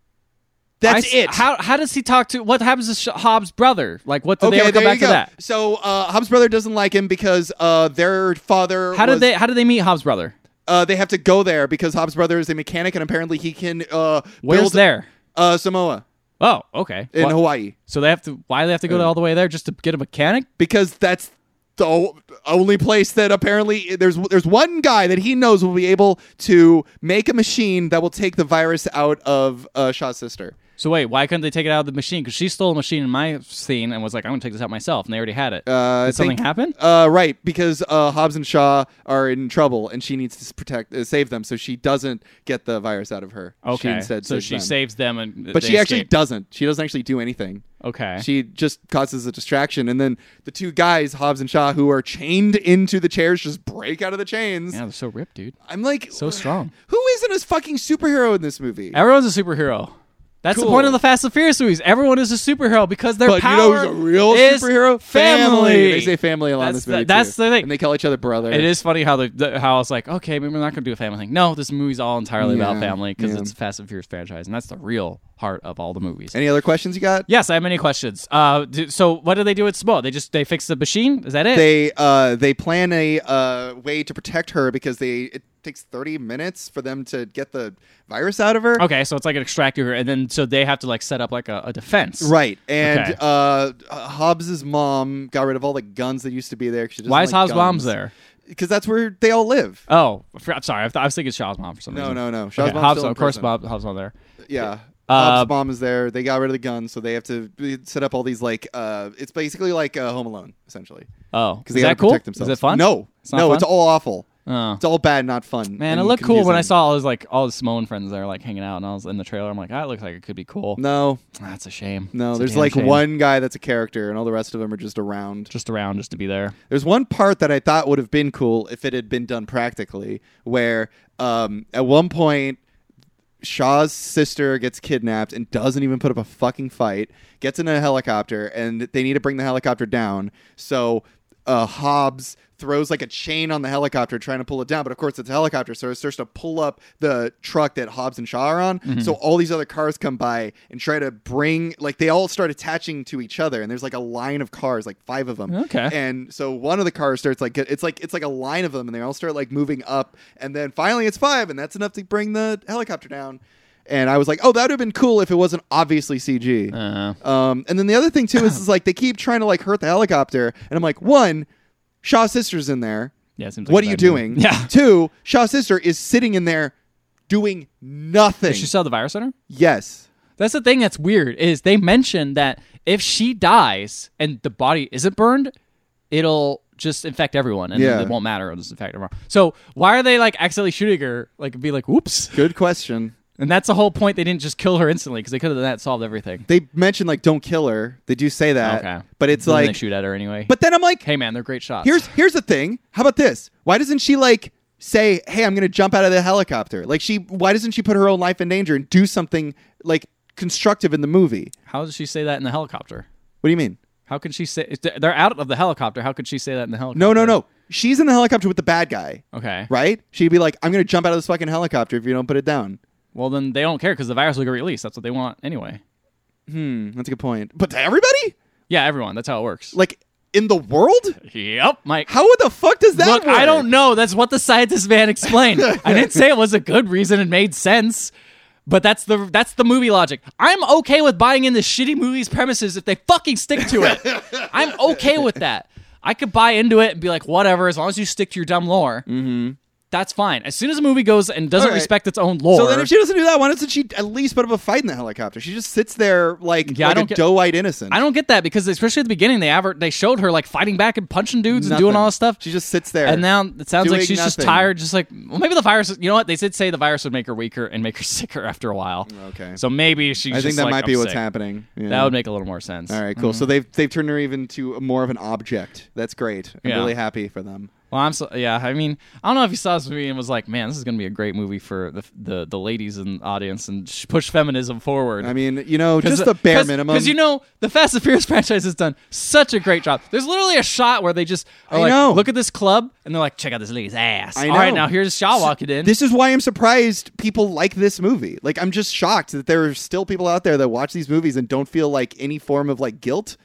Speaker 1: I
Speaker 2: that's
Speaker 1: s-
Speaker 2: it
Speaker 1: How how does he talk to? What happens to Sh- Hobbs' brother? Like what? Did
Speaker 2: okay
Speaker 1: they ever
Speaker 2: there
Speaker 1: come back
Speaker 2: you go
Speaker 1: to that?
Speaker 2: so uh hobbs brother doesn't like him because uh their father
Speaker 1: How did
Speaker 2: was-
Speaker 1: they how did they meet Hobbs' brother?
Speaker 2: uh they have to go there because hobbs brother is a mechanic and apparently he can uh
Speaker 1: Where's
Speaker 2: build-
Speaker 1: there?
Speaker 2: uh samoa
Speaker 1: Oh, okay.
Speaker 2: in Uh,
Speaker 1: Wha-
Speaker 2: hawaii
Speaker 1: So they have to. Why do they have to go all the way there just to get a mechanic?
Speaker 2: because that's the o- only place that apparently there's there's one guy that he knows will be able to make a machine that will take the virus out of uh, Shaw's sister.
Speaker 1: So wait, why couldn't they take it out of the machine? Because she stole a machine in my scene and was like, "I'm gonna take this out myself," and they already had it.
Speaker 2: Uh,
Speaker 1: Did something
Speaker 2: think-
Speaker 1: happen?
Speaker 2: Uh, right, because uh, Hobbs and Shaw are in trouble, and she needs to protect, uh, save them, so she doesn't get the virus out of her. she
Speaker 1: Okay,
Speaker 2: instead
Speaker 1: so
Speaker 2: saves
Speaker 1: she
Speaker 2: them.
Speaker 1: saves them, and
Speaker 2: but
Speaker 1: they
Speaker 2: she actually
Speaker 1: escape.
Speaker 2: doesn't. She doesn't actually do anything.
Speaker 1: okay.
Speaker 2: She just causes a distraction, and then the two guys, Hobbs and Shaw, who are chained into the chairs, just break out of the chains.
Speaker 1: yeah, they're so ripped, dude.
Speaker 2: I'm like,
Speaker 1: So strong.
Speaker 2: Who isn't a fucking superhero in this movie?
Speaker 1: Everyone's a superhero. That's the
Speaker 2: Cool.
Speaker 1: point of the Fast and Furious movies. Everyone is a superhero because their
Speaker 2: but you
Speaker 1: power
Speaker 2: know who's a real
Speaker 1: is
Speaker 2: superhero?
Speaker 1: Family.
Speaker 2: They say family a lot in
Speaker 1: That's
Speaker 2: this movie.
Speaker 1: the- that's
Speaker 2: too.
Speaker 1: the thing.
Speaker 2: And they call each other brother.
Speaker 1: It is funny how the, the how it's like, okay, maybe we're not gonna do a family thing. No, this movie's all entirely about
Speaker 2: Yeah,
Speaker 1: family because
Speaker 2: yeah.
Speaker 1: it's a Fast and Furious franchise, and that's the real heart of all the movies.
Speaker 2: Any other questions you got?
Speaker 1: yes, I have many questions. Uh, do, so what do they do with Samoa? They just they fix the machine? Is that it?
Speaker 2: they uh they plan a uh way to protect her because they it takes 30 minutes for them to get the virus out of her
Speaker 1: okay, so it's like an extractor, and then so they have to like set up like a, a defense.
Speaker 2: right and
Speaker 1: Okay.
Speaker 2: uh hobbs's mom got rid of all the guns that used to be there 'cause she doesn't
Speaker 1: Why is
Speaker 2: like
Speaker 1: Hobbs' mom's
Speaker 2: guns.
Speaker 1: there?
Speaker 2: because that's where they all live
Speaker 1: Oh, I forgot- I'm sorry. I, thought I was thinking Shaw's mom for some
Speaker 2: No,
Speaker 1: reason.
Speaker 2: no, no. Shaw's
Speaker 1: Shaw's
Speaker 2: mom's
Speaker 1: Hobbs,
Speaker 2: still in
Speaker 1: of course,
Speaker 2: prison.
Speaker 1: Bob, Hobbs' mom there.
Speaker 2: yeah
Speaker 1: Uh,
Speaker 2: Hobbs' mom is there. They got rid of the guns, so they have to set up all these like. uh It's basically like uh, Home Alone, essentially.
Speaker 1: Oh,
Speaker 2: Because
Speaker 1: is
Speaker 2: they
Speaker 1: that
Speaker 2: gotta
Speaker 1: cool?
Speaker 2: protect themselves.
Speaker 1: Is it fun?
Speaker 2: No,
Speaker 1: It's not
Speaker 2: no,
Speaker 1: fun?
Speaker 2: it's all awful.
Speaker 1: Oh.
Speaker 2: It's all bad, not fun.
Speaker 1: Man,
Speaker 2: and
Speaker 1: it looked cool when I
Speaker 2: confusing.
Speaker 1: saw all those like all the Samoan friends there like hanging out, and I was in the trailer. I'm like, that looks like it could be cool.
Speaker 2: No,
Speaker 1: That's a shame.
Speaker 2: No,
Speaker 1: It's a
Speaker 2: there's
Speaker 1: damn
Speaker 2: like
Speaker 1: shame.
Speaker 2: one guy that's a character, and all the rest of them are just around.
Speaker 1: just around just to be there.
Speaker 2: There's one part that I thought would have been cool if it had been done practically, where um, at one point Shaw's sister gets kidnapped and doesn't even put up a fucking fight, gets in a helicopter, and they need to bring the helicopter down. So uh, Hobbs throws like a chain on the helicopter trying to pull it down, but of course it's a helicopter, so it starts to pull up the truck that Hobbs and Shaw are on. So all these other cars come by and try to bring, like, they all start attaching to each other, and there's like a line of cars, like five of them.
Speaker 1: Okay.
Speaker 2: And so one of the cars starts like it's like it's like a line of them, and they all start like moving up, and then finally it's five, and that's enough to bring the helicopter down. And I was like, oh, that would have been cool if it wasn't obviously CG.
Speaker 1: Uh,
Speaker 2: Um, and then the other thing too is, is like they keep trying to like hurt the helicopter, and I'm like, one, Shaw's sister's in there.
Speaker 1: yeah, it seems like
Speaker 2: What
Speaker 1: a
Speaker 2: are you
Speaker 1: bad movie.
Speaker 2: doing?
Speaker 1: Yeah.
Speaker 2: Two, Shaw's sister is sitting in there doing nothing.
Speaker 1: Did she sell the virus center?
Speaker 2: yes.
Speaker 1: That's the thing that's weird is they mentioned that if she dies and the body isn't burned, it'll just infect everyone and
Speaker 2: Yeah.
Speaker 1: it won't matter. It'll just infect everyone. So why are they like accidentally shooting her? Like be like, whoops.
Speaker 2: Good question.
Speaker 1: And that's the whole point. They didn't just kill her instantly because they could have done that solved everything.
Speaker 2: They mention like don't kill her. They do say that.
Speaker 1: Okay.
Speaker 2: But it's
Speaker 1: Then they
Speaker 2: like
Speaker 1: shoot at her anyway.
Speaker 2: But then I'm like,
Speaker 1: hey man, they're great shots.
Speaker 2: Here's here's the thing. How about this? Why doesn't she like say, "Hey, I'm going to jump out of the helicopter"? Like she why doesn't she put her own life in danger and do something like constructive in the movie?
Speaker 1: how does she say that in the helicopter?
Speaker 2: What do you mean?
Speaker 1: How can she say if they're out of the helicopter? How could she say that in the helicopter?
Speaker 2: No, no, no. She's in the helicopter with the bad guy,
Speaker 1: Okay.
Speaker 2: right? She'd be like, "I'm going to jump out of this fucking helicopter if you don't put it down."
Speaker 1: Well, then they don't care because the virus will get released. That's what they want anyway.
Speaker 2: Hmm, That's a good point. But to everybody?
Speaker 1: Yeah, everyone. That's how it works.
Speaker 2: Like in the world?
Speaker 1: Yep, Mike.
Speaker 2: How the fuck does that
Speaker 1: Look,
Speaker 2: work?
Speaker 1: I don't know. That's what the scientist man explained. I didn't say it was a good reason. It made sense. But that's the that's the movie logic. I'm okay with buying into shitty movies premises if they fucking stick to it. I'm okay with that. I could buy into it and be like, whatever, as long as you stick to your dumb lore. Mm-hmm. That's fine. As soon as a movie goes and doesn't
Speaker 2: All right.
Speaker 1: respect its own lore,
Speaker 2: So then, if she doesn't do that, why doesn't she at least put up a fight in the helicopter? She just sits there like,
Speaker 1: Yeah, I
Speaker 2: like a
Speaker 1: don't get-
Speaker 2: doe-eyed innocent.
Speaker 1: I don't get that because especially at the beginning they aver- they showed her like fighting back and punching dudes and doing
Speaker 2: Nothing.
Speaker 1: all this stuff.
Speaker 2: She just sits there.
Speaker 1: And now it sounds
Speaker 2: doing
Speaker 1: like she's just
Speaker 2: nothing.
Speaker 1: tired, just like well, maybe the virus. You know what they did say the virus would make her weaker and make her sicker after a while.
Speaker 2: Okay.
Speaker 1: so maybe she's.
Speaker 2: I
Speaker 1: just
Speaker 2: think that
Speaker 1: like,
Speaker 2: might
Speaker 1: "I'm
Speaker 2: be what's
Speaker 1: sick."
Speaker 2: happening.
Speaker 1: That would make Mm-hmm. a little more sense.
Speaker 2: All right, cool. So they've they've turned her even to more of an object. That's great. I'm
Speaker 1: Yeah.
Speaker 2: really happy for them.
Speaker 1: Well, I'm so yeah. I mean, I don't know if you saw this movie and was like, man, this is gonna be a great movie for the the, the ladies in the audience and sh- push feminism forward.
Speaker 2: I mean, you know, just the
Speaker 1: Because-
Speaker 2: bare
Speaker 1: cause,
Speaker 2: minimum.
Speaker 1: Because you know, the Fast and Furious franchise has done such a great job. There's literally a shot where they just are
Speaker 2: Oh, I
Speaker 1: like,
Speaker 2: know.
Speaker 1: look at this club, and they're like, check out this lady's ass.
Speaker 2: I
Speaker 1: All right,
Speaker 2: know.
Speaker 1: now here's Shaw walking in.
Speaker 2: this is why I'm surprised people like this movie. Like, I'm just shocked that there are still people out there that watch these movies and don't feel like any form of like guilt.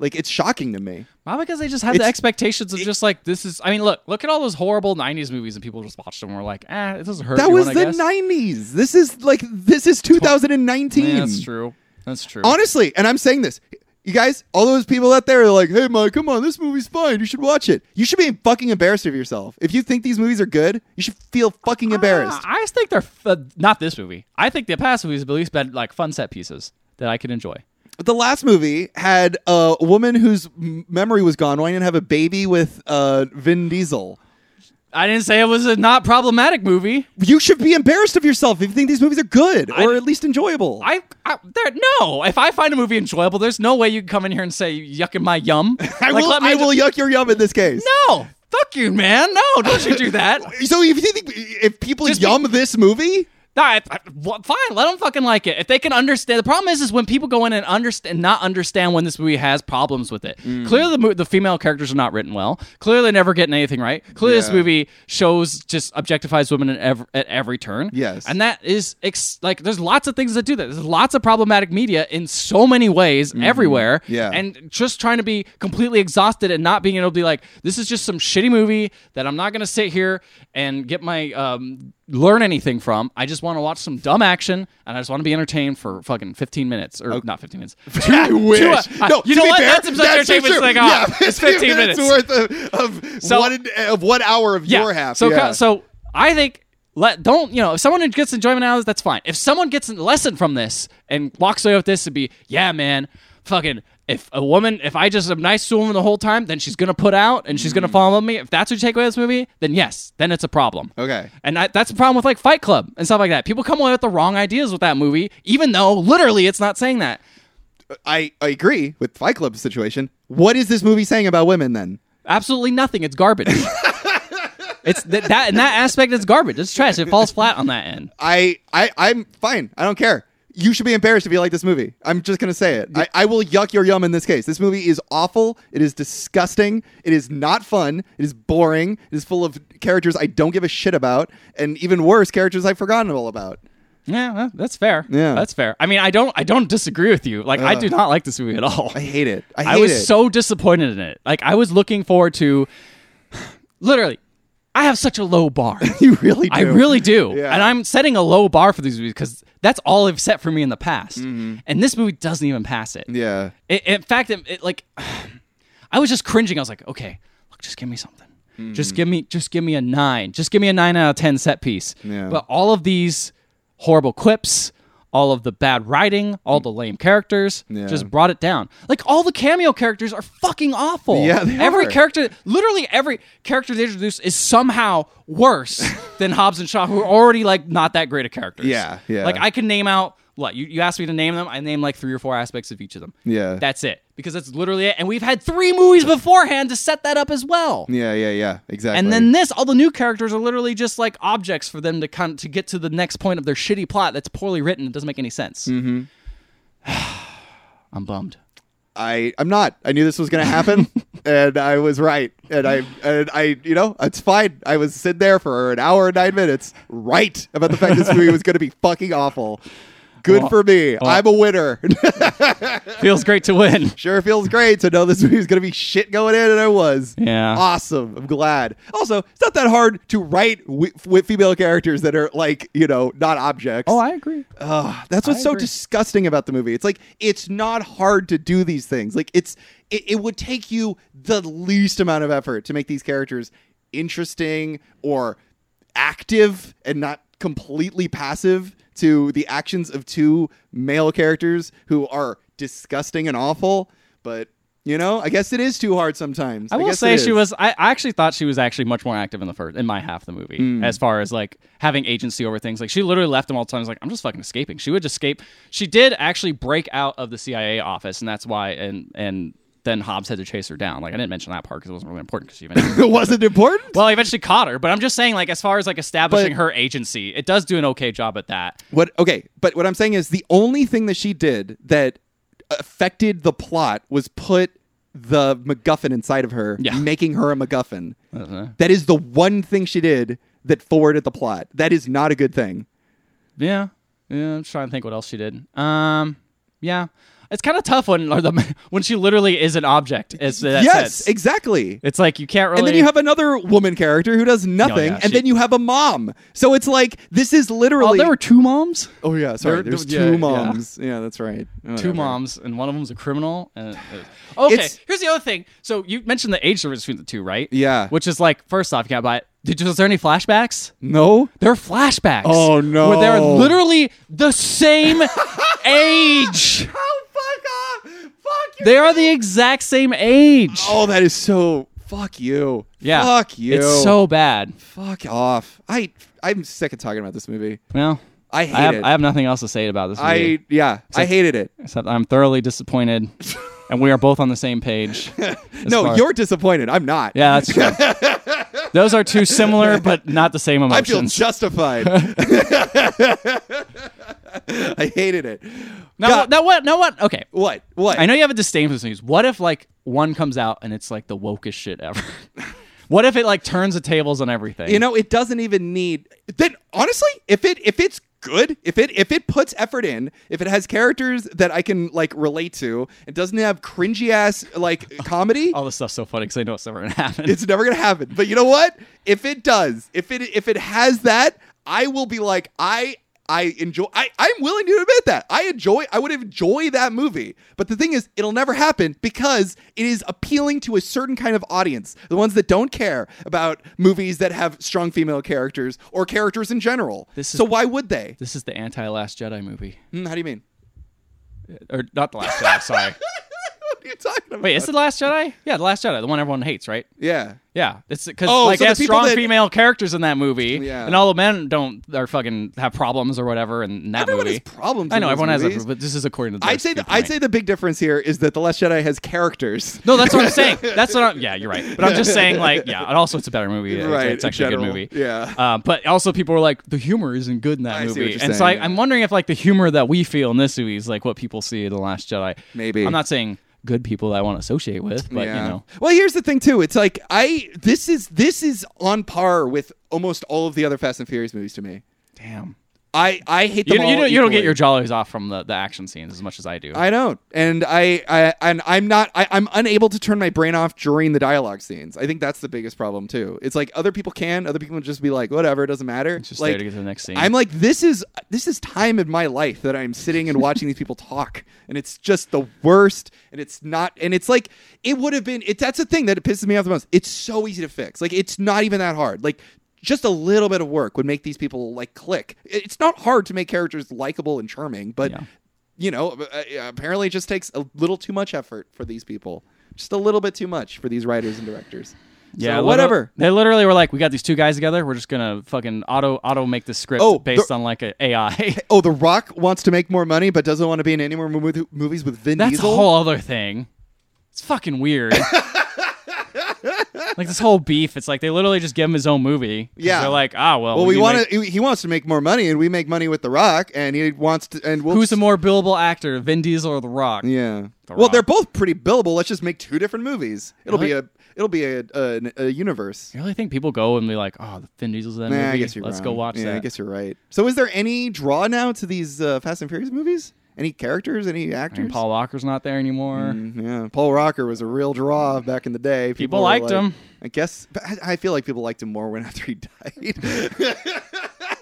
Speaker 2: Like, it's shocking to me.
Speaker 1: Why? Because they just had the
Speaker 2: It's-
Speaker 1: expectations of just like this is. I mean, look, look at all those horrible '90s movies, and people just watched them. and Were like, ah, it doesn't hurt.
Speaker 2: That
Speaker 1: anyone,
Speaker 2: was
Speaker 1: I
Speaker 2: the
Speaker 1: guess."
Speaker 2: 90s. This is like this is 2019.
Speaker 1: Yeah, that's true. That's true.
Speaker 2: Honestly, and I'm saying this. You guys, all those people out there are like, hey, Mike, come on, this movie's fine. You should watch it. You should be fucking embarrassed of yourself. If you think these movies are good, you should feel fucking embarrassed.
Speaker 1: I just think they're f- uh, not this movie. I think the past movies have at least been like fun set pieces that I could enjoy.
Speaker 2: the last movie had a woman whose m- memory was gone wanting to have a baby with uh, Vin Diesel.
Speaker 1: I didn't say it was a not problematic movie.
Speaker 2: You should be embarrassed of yourself if you think these movies are good or
Speaker 1: I-
Speaker 2: at least enjoyable.
Speaker 1: I, I there no. If I find a movie enjoyable, there's no way you can come in here and say yucking my yum.
Speaker 2: I
Speaker 1: Like,
Speaker 2: will,
Speaker 1: let me
Speaker 2: I
Speaker 1: ju-
Speaker 2: will yuck your yum in this case.
Speaker 1: No, fuck you, man. No, don't you do that.
Speaker 2: So if you think if people
Speaker 1: Just be-
Speaker 2: yum this movie,
Speaker 1: No, I, I- well, fine. Let them fucking like it. If they can understand, the problem is, is when people go in and understand, not understand when this movie has problems with it.
Speaker 2: Mm.
Speaker 1: Clearly, the mo- the female characters are not written well. Clearly, they're never getting anything right. Clearly, this
Speaker 2: Yeah.
Speaker 1: movie shows just objectifies women at every, at every turn.
Speaker 2: Yes.
Speaker 1: and that is ex- like there's lots of things that do that. There's lots of problematic media in so many ways
Speaker 2: Mm-hmm.
Speaker 1: everywhere.
Speaker 2: Yeah.
Speaker 1: and just trying to be completely exhausted and not being able to be like, this is just some shitty movie that I'm not gonna sit here and get my um, learn anything from. I just want to watch some dumb action and I just want to be entertained for fucking 15 minutes or not 15 minutes.
Speaker 2: I wish.
Speaker 1: uh,
Speaker 2: no,
Speaker 1: you
Speaker 2: to
Speaker 1: know
Speaker 2: be
Speaker 1: what?
Speaker 2: Fair,
Speaker 1: That's some entertainment
Speaker 2: true.
Speaker 1: thing off.
Speaker 2: Yeah,
Speaker 1: oh, It's 15 minutes.
Speaker 2: worth of, of
Speaker 1: So-
Speaker 2: one of one hour of your half.
Speaker 1: So, co-
Speaker 2: yeah.
Speaker 1: so I think let don't you know if someone gets enjoyment out of this, that's fine. If someone gets a lesson from this and walks away with this and be, yeah, man, fucking. If a woman, if I just am nice to a woman the whole time, then she's gonna put out and she's
Speaker 2: Mm.
Speaker 1: gonna fall in love with me. If that's what you take away from this movie, then yes, then it's a problem.
Speaker 2: Okay.
Speaker 1: and I, that's the problem with like Fight Club and stuff like that. People come away with the wrong ideas with that movie, even though literally it's not saying that.
Speaker 2: I, I agree with Fight Club situation. What is this movie saying about women then?
Speaker 1: Absolutely nothing. It's garbage. it's th- that in that aspect, it's garbage. It's trash. It falls flat on that end.
Speaker 2: I, I I'm fine. I don't care. You should be embarrassed if you like this movie. I'm just gonna say it. I, I will yuck your yum in this case. This movie is awful. It is disgusting. It is not fun. It is boring. It is full of characters I don't give a shit about, and even worse, characters I've forgotten all about.
Speaker 1: Yeah, well, that's fair.
Speaker 2: Yeah. Uh.
Speaker 1: that's fair. I mean, I don't, I don't disagree with you. Like, I do not like this movie at all.
Speaker 2: I hate it. I hate
Speaker 1: I was
Speaker 2: it.
Speaker 1: so disappointed in it. Like, I was looking forward to, literally, I have such a low bar.
Speaker 2: you really do.
Speaker 1: I really do,
Speaker 2: Yeah.
Speaker 1: and I'm setting a low bar for these movies because that's all I've set for me in the past.
Speaker 2: Mm-hmm.
Speaker 1: And this movie doesn't even pass it.
Speaker 2: Yeah.
Speaker 1: It, in fact, it, it like I was just cringing. I was like, okay, look, just give me something.
Speaker 2: Hmm.
Speaker 1: Just give me, just give me a nine. Just give me a nine out of ten set piece.
Speaker 2: Yeah.
Speaker 1: But all of these horrible quips, all of the bad writing, all the lame characters,
Speaker 2: Yeah.
Speaker 1: just brought it down. Like all the cameo characters are fucking awful.
Speaker 2: Yeah, they
Speaker 1: every
Speaker 2: are.
Speaker 1: character, literally every character they introduce is somehow worse than Hobbs and Shaw, who are already like not that great of characters.
Speaker 2: Yeah, yeah.
Speaker 1: Like I can name out what you, you asked me to name them. I name like three or four aspects of each of them.
Speaker 2: Yeah.
Speaker 1: That's it. Because that's literally it. And we've had three movies beforehand to set that up as well.
Speaker 2: Yeah, yeah, yeah. Exactly.
Speaker 1: And then this, all the new characters are literally just like objects for them to kind to get to the next point of their shitty plot that's poorly written. It doesn't make any sense. Mm-hmm. I'm bummed.
Speaker 2: I I'm not. I knew this was going to happen and I was right. And I and I you know, it's fine. I was sitting there for an hour and 9 minutes right about the fact this movie was going to be fucking awful. Good for me. I'm a winner.
Speaker 1: Feels great to win.
Speaker 2: sure feels great to know this movie was going to be shit going in and I was.
Speaker 1: Yeah.
Speaker 2: Awesome. I'm glad. Also, it's not that hard to write wi- with female characters that are like, you know, not objects.
Speaker 1: Oh, I agree.
Speaker 2: Ugh, that's what's
Speaker 1: I
Speaker 2: so
Speaker 1: agree.
Speaker 2: disgusting about the movie. It's like it's not hard to do these things. Like it's it, it would take you the least amount of effort to make these characters interesting or active and not completely passive to the actions of two male characters who are disgusting and awful. But you know, I guess it is too hard sometimes.
Speaker 1: I will
Speaker 2: guess
Speaker 1: say
Speaker 2: it
Speaker 1: she
Speaker 2: is.
Speaker 1: was. I, I actually thought she was actually much more active in the first in my half of the movie, as far as like having agency over things. Like she literally left them all the time. I was like, I'm just fucking escaping. She would escape. She did actually break out of the CIA office, and that's why. And and then Hobbs had to chase her down. Like I didn't mention that part because it wasn't really important. Because she eventually,
Speaker 2: It wasn't important.
Speaker 1: well, I eventually caught her. But I'm just saying, like as far as like establishing
Speaker 2: But-
Speaker 1: her agency, it does do an okay job at that.
Speaker 2: What? Okay, but what I'm saying is the only thing that she did that affected the plot was put the MacGuffin inside of her,
Speaker 1: Yeah. Uh-huh.
Speaker 2: making her a MacGuffin. That is the one thing she did that forwarded the plot. That is not a good thing.
Speaker 1: Yeah. Yeah, I'm trying to think what else she did. Um, yeah. It's kind of tough when or the, when she literally is an object. It's that
Speaker 2: yes,
Speaker 1: sense.
Speaker 2: exactly.
Speaker 1: it's like you can't really. Oh,
Speaker 2: And then you have another woman character who does nothing,
Speaker 1: yeah,
Speaker 2: and
Speaker 1: she-
Speaker 2: then you have a mom. So it's like this is
Speaker 1: oh,
Speaker 2: literally.
Speaker 1: there were two moms.
Speaker 2: Oh, yeah, sorry.
Speaker 1: there-
Speaker 2: There's
Speaker 1: yeah,
Speaker 2: two
Speaker 1: yeah.
Speaker 2: moms. Yeah, that's right.
Speaker 1: Two
Speaker 2: Whatever.
Speaker 1: moms, and one of them's a criminal. And it- okay,
Speaker 2: It's-
Speaker 1: here's the other thing. So you mentioned the age difference between the two, right?
Speaker 2: Yeah.
Speaker 1: Which is like, first off, you can't buy it. Did you, was there any flashbacks?
Speaker 2: No.
Speaker 1: There are flashbacks.
Speaker 2: Oh, no.
Speaker 1: Where they're literally the same age.
Speaker 2: Oh fuck off! Fuck you.
Speaker 1: They are the exact same age.
Speaker 2: Oh, that is so. Fuck you.
Speaker 1: yeah.
Speaker 2: Fuck you.
Speaker 1: It's so bad.
Speaker 2: Fuck off. I I'm sick of talking about this movie.
Speaker 1: Well,
Speaker 2: I hate
Speaker 1: I have,
Speaker 2: it.
Speaker 1: I have nothing else to say about this
Speaker 2: I
Speaker 1: movie.
Speaker 2: yeah. I hated it.
Speaker 1: except I'm thoroughly disappointed, and we are both on the same page. as
Speaker 2: No,
Speaker 1: far-
Speaker 2: you're disappointed. I'm not.
Speaker 1: Yeah, that's true. Those are two similar but not the same
Speaker 2: I feel
Speaker 1: emotions.
Speaker 2: justified. I hated it.
Speaker 1: now,
Speaker 2: God.
Speaker 1: now what? Now what? Okay,
Speaker 2: What? What?
Speaker 1: I know you have a disdain for this news. What if like one comes out and it's like the wokest shit ever? what if it like turns the tables on everything?
Speaker 2: You know, it doesn't even need. Then honestly, if it if it's good, if it if it puts effort in, if it has characters that I can like relate to, it doesn't have cringy ass like comedy.
Speaker 1: all this stuff's so funny because I know it's never gonna happen.
Speaker 2: It's never gonna happen. But you know what? If it does, if it if it has that, I will be like, I I enjoy. I I'm willing to admit that I enjoy. I would enjoy that movie. But the thing is, it'll never happen because it is appealing to a certain kind of audience, the ones that don't care about movies that have strong female characters or characters in general.
Speaker 1: This is-
Speaker 2: so why would they?
Speaker 1: this is the anti-Last Jedi movie,
Speaker 2: Hmm, how do you mean?
Speaker 1: or not the Last Jedi? Sorry.
Speaker 2: what are you talking about?
Speaker 1: Wait, is it the Last Jedi? Yeah, the Last Jedi, the one everyone hates, right?
Speaker 2: yeah.
Speaker 1: Yeah, it's because
Speaker 2: Oh,
Speaker 1: like
Speaker 2: so
Speaker 1: they
Speaker 2: the
Speaker 1: have
Speaker 2: people
Speaker 1: strong
Speaker 2: that-
Speaker 1: female characters in that movie,
Speaker 2: Yeah.
Speaker 1: and all the men don't are fucking have problems or whatever in in that
Speaker 2: Everyone
Speaker 1: movie.
Speaker 2: has problems
Speaker 1: I
Speaker 2: in
Speaker 1: know
Speaker 2: those
Speaker 1: everyone has,
Speaker 2: movies.
Speaker 1: a, but this is according to.
Speaker 2: I'd say the, I'd say the big difference here is that the Last Jedi has characters.
Speaker 1: No, that's what I'm saying. That's what I'm. Yeah, you're right. But I'm just saying, like, yeah. And also, it's a better movie. It's-
Speaker 2: Right,
Speaker 1: It's
Speaker 2: in
Speaker 1: actually a good
Speaker 2: general.
Speaker 1: movie.
Speaker 2: Yeah.
Speaker 1: Uh, but also, people were like, the humor isn't good in that
Speaker 2: I see
Speaker 1: movie.
Speaker 2: what you're
Speaker 1: and so I,
Speaker 2: saying, yeah.
Speaker 1: I'm wondering if like the humor that we feel in this movie is like what people see in the Last Jedi.
Speaker 2: Maybe.
Speaker 1: I'm not saying good people that I want to associate with, but you know.
Speaker 2: Well, here's the thing too. It's like I this is this is on par with almost all of the other Fast and Furious movies to me.
Speaker 1: Damn.
Speaker 2: I I hate
Speaker 1: You,
Speaker 2: them
Speaker 1: you,
Speaker 2: all
Speaker 1: don't, you don't get
Speaker 2: equally.
Speaker 1: your jollies off from the, the action scenes as much as I do.
Speaker 2: I don't, and I, I and I'm not. I, I'm unable to turn my brain off during the dialogue scenes. I think that's the biggest problem too. It's like other people can, other people just be like, whatever, it doesn't matter.
Speaker 1: just
Speaker 2: like,
Speaker 1: there to get to the next scene.
Speaker 2: I'm like, this is this is time in my life that I'm sitting and watching these people talk, and it's just the worst. And it's not, and it's like it would have been. It that's the thing that pisses me off the most. It's so easy to fix. Like it's not even that hard. Like just a little bit of work would make these people like click. It- It's not hard to make characters likable and charming, but
Speaker 1: Yeah.
Speaker 2: you know, uh, apparently it just takes a little too much effort for these people. Just a little bit too much for these writers and directors.
Speaker 1: Yeah,
Speaker 2: So,
Speaker 1: literal-
Speaker 2: whatever.
Speaker 1: They literally were like, "We got these two guys together. We're just gonna fucking auto auto make this script
Speaker 2: Oh,
Speaker 1: based
Speaker 2: the-
Speaker 1: on like an AI."
Speaker 2: Oh, The Rock wants to make more money, but doesn't want to be in any more mo- movies with Vin
Speaker 1: That's
Speaker 2: Diesel.
Speaker 1: a whole other thing. It's fucking weird. like this whole beef. It's like they literally just give him his own movie. 'Cause
Speaker 2: Yeah.
Speaker 1: they're like, "Ah, well,
Speaker 2: well, we
Speaker 1: can
Speaker 2: want
Speaker 1: make-
Speaker 2: to. He wants to make more money, and we make money with The Rock, and he wants to. And we'll
Speaker 1: Who's the
Speaker 2: just-
Speaker 1: more billable actor, Vin Diesel or The Rock?"
Speaker 2: Yeah.
Speaker 1: The
Speaker 2: well, they're
Speaker 1: Rock.
Speaker 2: both pretty billable. Let's just make two different movies. It'll be
Speaker 1: What?
Speaker 2: a. It'll be a a, a universe.
Speaker 1: You really think people go and be like, "Oh, Vin Diesel's in that
Speaker 2: Nah,
Speaker 1: movie.
Speaker 2: I guess you're
Speaker 1: Let's
Speaker 2: wrong.
Speaker 1: go watch
Speaker 2: yeah,
Speaker 1: that."
Speaker 2: I guess you're right. So, is there any draw now to these uh, Fast and Furious movies? Any characters? Any actors?
Speaker 1: I mean, Paul Walker's not there anymore.
Speaker 2: Mm, yeah, Paul Rocker was a real draw back in the day.
Speaker 1: People
Speaker 2: were
Speaker 1: liked
Speaker 2: like-
Speaker 1: him.
Speaker 2: I guess, but I, I feel like people liked him more when after he died.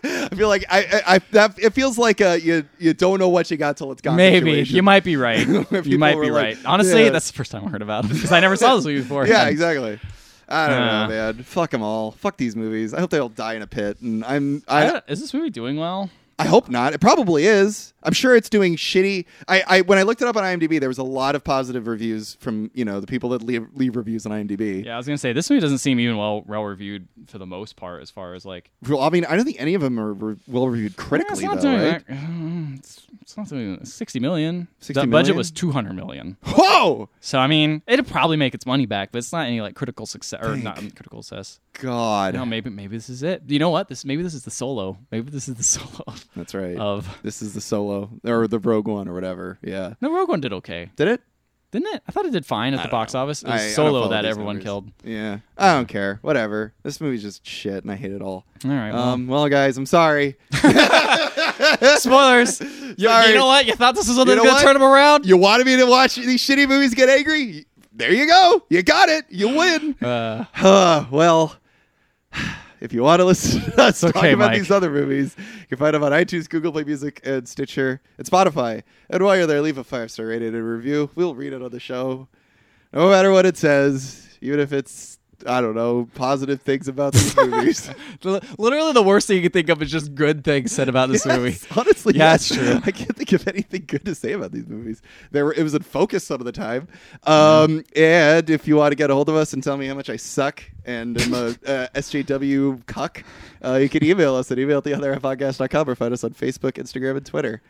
Speaker 2: I feel like I, I, I that it feels like uh you you don't know what you got till it's gone.
Speaker 1: Maybe
Speaker 2: situation.
Speaker 1: you might be right. you
Speaker 2: People
Speaker 1: might
Speaker 2: were
Speaker 1: be
Speaker 2: like,
Speaker 1: right. Honestly,
Speaker 2: yeah.
Speaker 1: that's the first time I heard about him because I never saw this movie before.
Speaker 2: Yeah, exactly. I don't
Speaker 1: Uh.
Speaker 2: know, man. Fuck them all. Fuck these movies. I hope they all die in a pit. And I'm
Speaker 1: I
Speaker 2: I,
Speaker 1: don't- is this movie doing well?
Speaker 2: I hope not. It probably is. I'm sure it's doing shitty. I, I when I looked it up on IMDb, there was a lot of positive reviews from you know the people that leave, leave reviews on IMDb.
Speaker 1: Yeah, I was gonna say this movie doesn't seem even well well reviewed for the most part, as far as like
Speaker 2: Well, I mean, I don't think any of them are re- well reviewed
Speaker 1: Yeah, it's
Speaker 2: critically,
Speaker 1: not
Speaker 2: though,
Speaker 1: doing
Speaker 2: right?
Speaker 1: that- uh, It's, it's not doing sixty million.
Speaker 2: 60
Speaker 1: the budget
Speaker 2: million?
Speaker 1: was two hundred million.
Speaker 2: Whoa,
Speaker 1: So I mean, it'd probably make its money back, but it's not any like critical success or not critical success.
Speaker 2: God,
Speaker 1: No, maybe maybe this is it. You know what? This maybe this is the solo. Maybe this is the solo. of-
Speaker 2: that's right.
Speaker 1: Of
Speaker 2: This is the solo or the Rogue One or whatever. Yeah,
Speaker 1: no, Rogue One did okay,
Speaker 2: did it?
Speaker 1: didn't it? I thought it did fine at the box office. It
Speaker 2: I-
Speaker 1: was
Speaker 2: I don't
Speaker 1: solo
Speaker 2: follow
Speaker 1: that
Speaker 2: these
Speaker 1: everyone
Speaker 2: numbers.
Speaker 1: killed.
Speaker 2: Yeah, I don't care. Whatever. This movie's just shit, and I hate it all.
Speaker 1: All right, well.
Speaker 2: Um. Well, guys, I'm sorry.
Speaker 1: Spoilers. You- You,
Speaker 2: Sorry.
Speaker 1: know what? You thought this was something
Speaker 2: know
Speaker 1: going to
Speaker 2: what?
Speaker 1: turn them around?
Speaker 2: You wanted me to watch these shitty movies get angry? There you go. You got it. You win.
Speaker 1: Uh,
Speaker 2: Uh, well, if you want to listen to us talk
Speaker 1: okay,
Speaker 2: about
Speaker 1: Mike.
Speaker 2: these other movies, you can find them on iTunes, Google Play Music, and Stitcher, and Spotify. And while you're there, leave a five star rating and review. We'll read it on the show, no matter what it says, even if it's I don't know positive things about these movies.
Speaker 1: li- literally, the worst thing you can think of is just good things said about this movie.
Speaker 2: Yes, Honestly,
Speaker 1: Yeah,
Speaker 2: yes.
Speaker 1: it's true.
Speaker 2: I can't think of anything good to say about these movies. There were it was in focus some of the time.
Speaker 1: Mm-hmm.
Speaker 2: Um, and if you want to get a hold of us and tell me how much I suck and am a uh, SJW cuck, uh, you can email us at email at the other podcast.com or find us on Facebook, Instagram, and Twitter.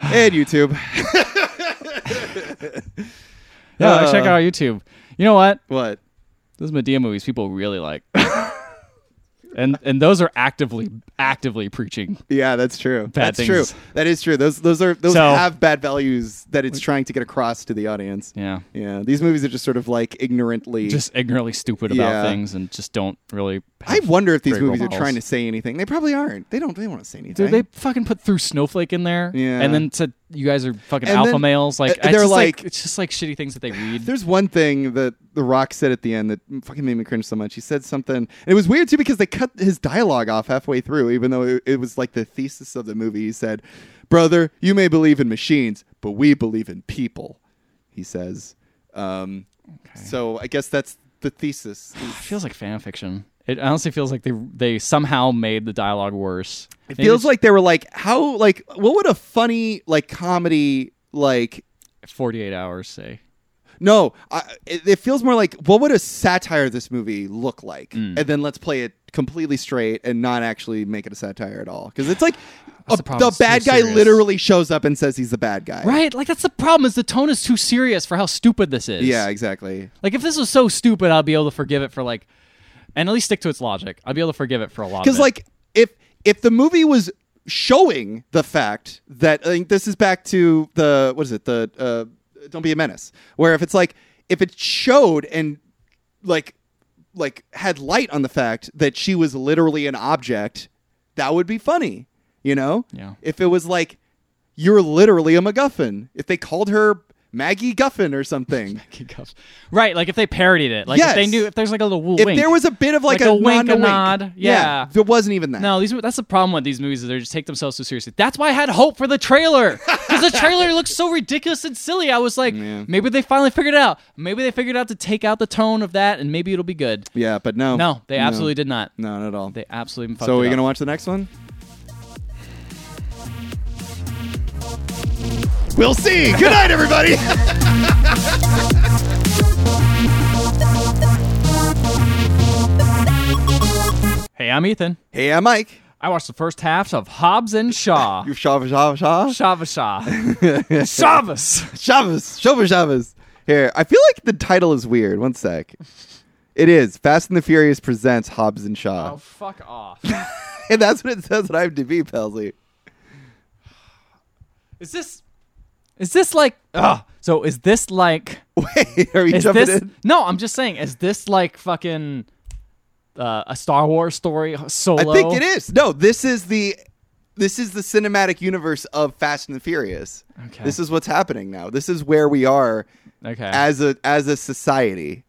Speaker 2: And YouTube.
Speaker 1: Yeah, like,
Speaker 2: Uh.
Speaker 1: check out our YouTube. You know what?
Speaker 2: what?
Speaker 1: Those Medea movies people really like. and and those are actively actively preaching.
Speaker 2: Yeah, that's true.
Speaker 1: Bad
Speaker 2: that's
Speaker 1: things.
Speaker 2: true. That is true. Those those are those
Speaker 1: So-
Speaker 2: have bad values that it's trying to get across to the audience.
Speaker 1: Yeah.
Speaker 2: Yeah, these movies are just sort of like ignorantly
Speaker 1: Just ignorantly stupid
Speaker 2: Yeah.
Speaker 1: about things and just don't really
Speaker 2: I
Speaker 1: have-
Speaker 2: wonder if these
Speaker 1: Great role
Speaker 2: movies are
Speaker 1: models.
Speaker 2: trying to say anything. They probably aren't. They don't. They want to say anything.
Speaker 1: Dude, they fucking put through snowflake in there,
Speaker 2: Yeah.
Speaker 1: and then said you guys are fucking
Speaker 2: And
Speaker 1: alpha
Speaker 2: then,
Speaker 1: males.
Speaker 2: uh,
Speaker 1: Like it's
Speaker 2: they're
Speaker 1: just like,
Speaker 2: like-
Speaker 1: it's just like shitty things that they read.
Speaker 2: There's one thing that The Rock said at the end that fucking made me cringe so much. He said something, and it was weird too because they cut his dialogue off halfway through, even though it, it was like the thesis of the movie. He said, "Brother, you may believe in machines, but we believe in people." He says. Um, So I guess that's the thesis.
Speaker 1: It feels like fan fiction. It honestly feels like they they somehow made the dialogue worse.
Speaker 2: It feels like they were like, how like what would a funny like comedy like
Speaker 1: forty eight hours. Say
Speaker 2: No, I, it, it feels more like what would a satire of this movie look like,
Speaker 1: Mm.
Speaker 2: and then let's play it completely straight and not actually make it a satire at all. Because it's like a,
Speaker 1: the
Speaker 2: the,
Speaker 1: problem, it's too
Speaker 2: bad guy
Speaker 1: serious.
Speaker 2: literally shows up and says he's the bad guy.
Speaker 1: right, like that's the problem. Is the tone is too serious for how stupid this is?
Speaker 2: Yeah, exactly.
Speaker 1: Like if this was so stupid, I'd be able to forgive it for like, and at least stick to its logic. I'd be able to forgive it for a lot.
Speaker 2: Because
Speaker 1: of it.
Speaker 2: like if if the movie was showing the fact that I think this is back to the what is it the uh, Don't Be a Menace, where if it's like if it showed and like like had light on the fact that she was literally an object, that would be funny, you know?
Speaker 1: Yeah.
Speaker 2: If it was like you're literally a MacGuffin, if they called her Maggie Guffin or something.
Speaker 1: Cuffs. right, like if they parodied it, like if they
Speaker 2: Yes.
Speaker 1: knew if there's like a little
Speaker 2: If
Speaker 1: wink.
Speaker 2: there was a bit of like,
Speaker 1: Like a wink,
Speaker 2: nod,
Speaker 1: a nod. Yeah.
Speaker 2: There wasn't even that.
Speaker 1: No, these that's the problem with these movies is they just take themselves so seriously. That's why I had hope for the trailer because the trailer looks so ridiculous and silly. I was like,
Speaker 2: Yeah.
Speaker 1: maybe they finally figured it out. Maybe they figured out to take out the tone of that, and maybe it'll be good.
Speaker 2: Yeah, but no.
Speaker 1: No, they absolutely did not.
Speaker 2: No, not at all.
Speaker 1: They absolutely fucked
Speaker 2: So are
Speaker 1: it
Speaker 2: we
Speaker 1: up.
Speaker 2: gonna watch the next one? We'll see. Good night, everybody.
Speaker 1: Hey, I'm Ethan.
Speaker 2: hey, I'm Mike.
Speaker 1: I watched the first half of Hobbs and Shaw.
Speaker 2: You Shav Shav Shav
Speaker 1: Shavasha. Shavas.
Speaker 2: Shabbos Shabbos Shabbos. Here, I feel like the title is weird. One sec. It is Fast and the Furious presents Hobbs and Shaw,
Speaker 1: Oh, fuck off.
Speaker 2: and that's what it says on IMDb, Pelsley.
Speaker 1: Is this? Is this like? Ugh. So is this like?
Speaker 2: Wait, are we
Speaker 1: Is
Speaker 2: jumping
Speaker 1: this?
Speaker 2: in?
Speaker 1: No, I'm just saying. Is this like fucking uh, a Star Wars story
Speaker 2: I
Speaker 1: solo?
Speaker 2: think it is. No, this is the this is the cinematic universe of Fast and the Furious.
Speaker 1: Okay.
Speaker 2: This is what's happening now. This is where we are
Speaker 1: Okay.
Speaker 2: as a as a society.